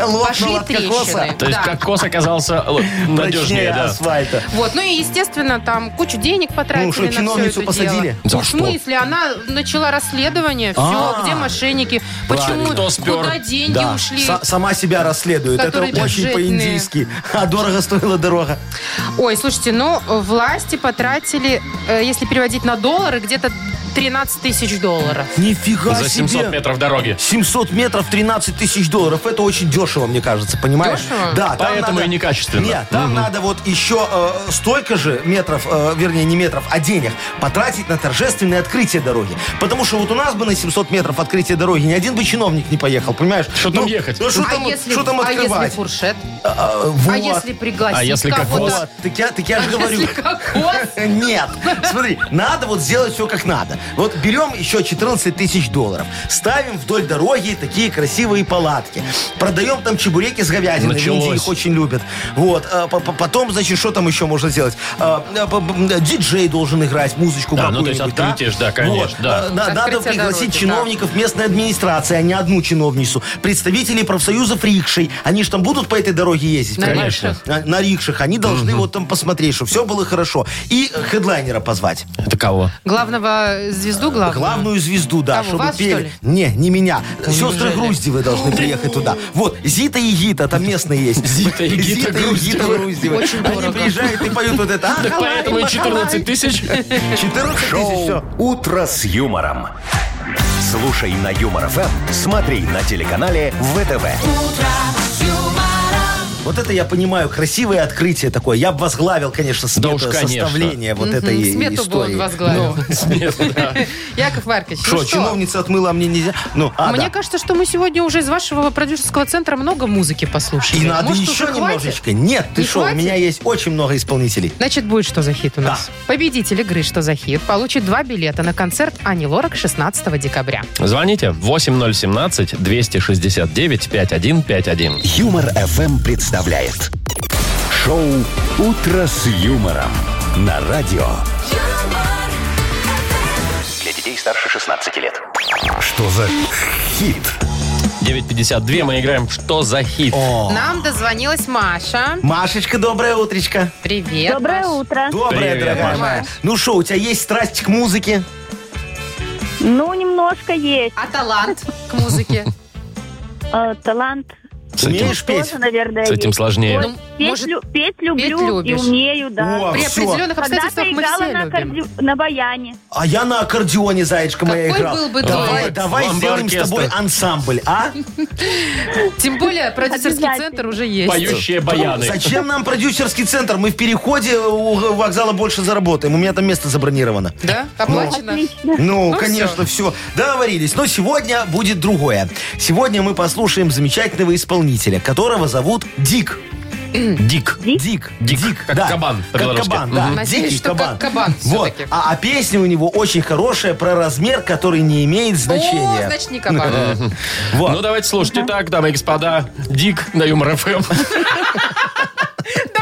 S3: Лопнула
S2: Пошли
S3: от кокоса.
S2: трещины.
S1: То есть
S2: Да.
S1: кокос оказался л- надежнее,
S3: Прочнее
S1: да.
S3: асфальта.
S2: Вот, ну и, естественно, там кучу денег потратили
S3: Ну, что,
S2: на всё
S3: чиновницу
S2: это
S3: посадили?
S2: дело.
S1: За
S2: в
S1: что?
S2: смысле, она начала расследование, все,
S3: А.
S2: где мошенники, почему,
S1: Кто спер?
S2: куда деньги
S3: Да.
S2: ушли.
S3: Са- сама себя расследует. Это
S2: Которые
S3: очень
S2: бюджетные.
S3: по-индийски. А дорого стоила дорога.
S2: Ой, слушайте, ну, власти потратили, э, если переводить на доллары, где-то 13 тысяч долларов.
S3: Нифига
S1: За 700
S3: себе.
S1: метров дороги.
S3: 700 метров 13 тысяч долларов. Это очень дешево, мне кажется, понимаешь?
S2: Дешево?
S3: Да, там
S1: Поэтому
S3: надо-
S1: и некачественно.
S3: Нет, там надо вот еще э, столько же метров, э, вернее, не метров, а денег потратить на торжественное открытие дороги. Потому что вот у нас бы на 700 метров открытие дороги ни один бы чиновник не поехал, понимаешь?
S1: Что там
S3: Ну,
S1: ехать?
S3: Ну, что
S2: а
S3: там,
S2: если,
S3: что там
S2: а если
S3: открывать?
S2: фуршет?
S3: А, вот.
S2: А если пригласить
S1: А если как
S2: кого-то?
S1: вот?
S3: Вот, так я, так я же
S2: А
S3: говорю.
S2: если кокос?
S3: Нет. Смотри, надо вот сделать все как надо. Вот берем еще 14 тысяч долларов, ставим вдоль дороги такие красивые палатки, продаем там чебуреки с говядиной, в
S1: Началось.
S3: Индии их очень любят. Вот. а, по- по- Потом, значит, что там еще можно сделать? А, а, по- м, да, Диджей должен играть музычку
S1: Да, ну, то есть
S3: какую-нибудь,
S1: открытие ж, да, конечно,
S3: Вот.
S1: да.
S3: А, на- Надо
S2: Открытие
S3: пригласить
S2: дороги,
S3: чиновников местной администрации, а не одну чиновницу. Представителей профсоюзов рикшей. Они же там будут по этой дороге ездить.
S2: На
S3: понимаешь?
S1: Конечно.
S3: на, на рикшах. Они должны вот там посмотреть, чтобы все было хорошо. И хедлайнера позвать.
S1: Это кого?
S2: Главного звезду главного?
S3: Главную звезду, да,
S2: Кого,
S3: чтобы
S2: вас, что
S3: пели.
S2: ли?
S3: Не, не меня. Сестры
S2: неужели?
S3: Груздевы должны приехать туда. Вот, Зита и Гита, там местные есть.
S1: Зита и Гита Груздевы.
S3: Груздевы.
S2: Очень
S3: Они
S2: дорого.
S3: приезжают и поют вот это. «А,
S1: Так поэтому и 14 тысяч.
S3: 14 тысяч,
S4: Шоу
S3: все.
S4: «Утро с юмором». Слушай на Юмор ФМ, смотри на телеканале ВТВ.
S3: Вот это я понимаю, красивое открытие такое. Я бы возглавил, конечно, смету
S1: уж, конечно.
S3: составления вот
S2: Мгм,
S3: этой
S2: Смету бы
S3: истории.
S2: он возглавил. Ну Яков Маркович, ну
S3: Что, чиновница отмыла, а мне нельзя? Ну, а,
S2: Мне
S3: да.
S2: кажется, что мы сегодня уже из вашего продюсерского центра много музыки послушали.
S3: И надо
S2: Может,
S3: еще
S2: уже хватит?
S3: немножечко. Нет, ты
S2: Не
S3: что, у
S2: хватит?
S3: меня есть очень много исполнителей.
S2: Значит, будет что за хит у нас. Победитель игры «Что за хит» получит два билета на концерт Ани Лорак 16 декабря.
S1: Звоните 8017-269-5151.
S4: Юмор ФМ представляет шоу Утро с юмором на радио.
S6: Для детей старше 16 лет.
S4: Что за хит?
S1: 9.52 мы играем «Что за хит?»
S2: Нам дозвонилась Маша.
S3: Машечка, доброе утречко.
S2: Привет.
S7: Доброе
S2: Маш.
S7: утро.
S3: Доброе,
S1: Привет,
S3: дорогая
S1: Маша.
S3: моя. Ну что, у тебя есть страсть к музыке?
S7: Ну, немножко есть.
S2: А талант к музыке?
S7: Э, талант
S1: С этим-
S3: Умеешь петь?
S7: тоже, наверное,
S1: С этим
S7: есть.
S1: сложнее.
S2: Ну,
S7: Петь,
S2: может,
S7: лю- петь люблю и
S2: любишь?
S7: умею, да.
S3: О,
S2: при
S3: всё.
S2: определенных
S7: Когда-то
S2: обстоятельствах мы
S7: играла
S2: все
S7: на,
S2: любим.
S7: аккорде- на баяне.
S3: А я на аккордеоне, зайчка моя,
S2: Какой
S3: играл.
S2: был бы
S3: Давай,
S2: дуэт?
S3: давай
S1: Вам бы
S3: сделаем с тобой
S1: оркестр.
S3: ансамбль, а?
S2: Тем более продюсерский
S7: Обязательно.
S2: центр уже есть.
S1: Поющие баяны.
S3: Зачем нам продюсерский центр? Мы в переходе у вокзала больше заработаем. У меня там место забронировано.
S2: Да? Оплачено?
S7: Отлично.
S3: Ну,
S2: Ну,
S3: конечно, все. Договорились. Но сегодня будет другое. Сегодня мы послушаем замечательного исполнителя, которого зовут Дик.
S1: Дик.
S3: Дик.
S1: Дик, как кабан
S3: Как
S1: по-белорусски.
S3: кабан, да.
S1: Мгм.
S2: Надеюсь,
S3: Дикий
S2: что как кабан
S3: Вот.
S2: всё-таки.
S3: А, а песня у него очень хорошая про размер, который не имеет значения.
S2: О, значит, не кабан.
S1: Ну, давайте слушать. Итак, дамы и господа, Дик на Юмор Эм. ФМ.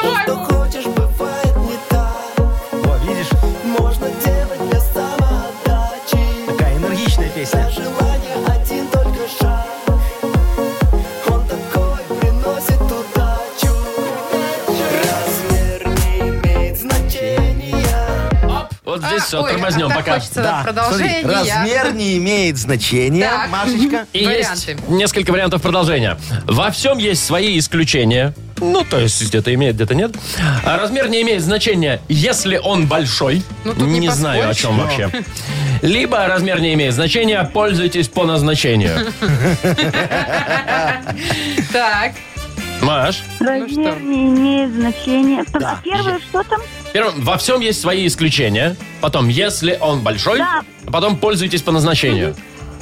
S8: Что хочешь, бывает не так
S3: Во, видишь?
S8: Можно делать без самоотдачи
S1: здесь все,
S2: А, ой,
S1: тормознем,
S2: так
S1: пока.
S2: Хочется продолжение.
S3: смотри, размер не имеет значения,
S2: Так.
S3: Машечка.
S1: И
S2: Варианты.
S1: есть несколько вариантов продолжения. Во всем есть свои исключения. Ну, то есть где-то имеет, где-то нет. А размер не имеет значения, если он большой.
S2: Ну, тут не
S1: знаю, о
S2: поспоришь.
S1: чем вообще. Либо размер не имеет значения, пользуйтесь по назначению.
S2: Так.
S1: Маш,
S2: Ну что?
S10: Размер не имеет значения. Там- А первое что там?
S1: первым, во всем есть свои исключения. Потом, если он большой,
S10: Да.
S1: а потом пользуйтесь по назначению.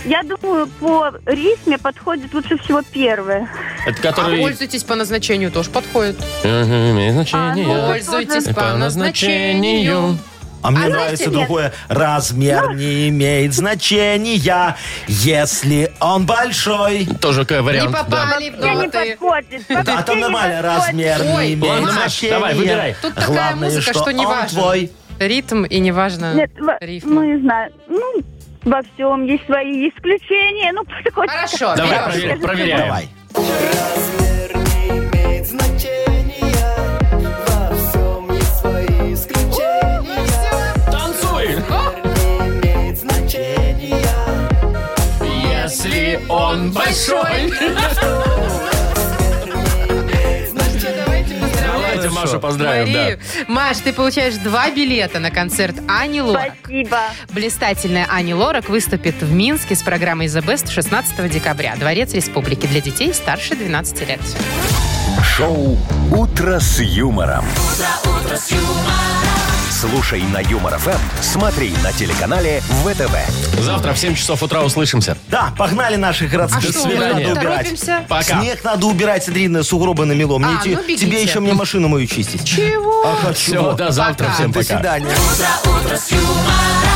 S10: Я думаю, по ритме подходит лучше всего первое.
S1: Это
S2: А
S1: который...
S2: пользуйтесь по назначению тоже подходит.
S1: Мгм, имеет
S2: ну,
S10: А,
S1: значение.
S2: Пользуйтесь
S10: тоже.
S2: по назначению.
S3: А мне
S2: А Ну.
S3: нравится
S2: знаете,
S3: другое. Размер не имеет значения, если он большой.
S1: Тоже К
S2: Не
S1: вариант. да.
S2: попали в
S10: Я не
S2: ноты.
S10: подходит.
S3: А там нормально размер
S2: Ой,
S3: не имеет
S1: ладно, Маш,
S3: значения.
S1: давай, выбирай.
S2: Тут такая музыка, что не
S3: он
S2: важно.
S3: твой.
S2: Ритм и неважно.
S10: Нет, во-
S2: Рифма.
S10: ну не знаю. Ну, во всем есть свои исключения. Ну, пусть хоть-
S2: Хорошо,
S1: Давай,
S2: Лёш,
S1: проверяем. проверяем.
S3: Давай.
S8: Размер не имеет значения. Во всем есть свои исключения.
S1: Танцуй!
S8: Не имеет значения.
S1: Если он большой. Давайте Машу поздравим, да.
S2: Марию. Маш, ты получаешь два билета на концерт Ани Лорак.
S10: Спасибо.
S2: Блистательная Ани Лорак выступит в Минске с программой The Best 16 декабря. Дворец Республики для детей старше 12 лет.
S4: Шоу «Утро с юмором». Слушай на Юмор ФМ, смотри на телеканале ВТВ.
S1: Завтра в 7 часов утра услышимся.
S3: Да, погнали наши
S2: А
S3: городские
S1: До
S2: что,
S3: снег
S2: мы
S1: свидания.
S3: надо убирать.
S2: торопимся?
S1: Пока.
S3: Снег надо убирать, смотри, на сугробы намело. Мне
S2: А,
S3: те-
S2: ну бегите.
S3: тебе еще мне машину мою чистить.
S2: Чего?
S3: Ага,
S1: Все,
S3: чего? А,
S1: до завтра.
S2: Пока.
S1: Всем
S3: До
S1: пока.
S3: свидания.
S9: утро с юмором.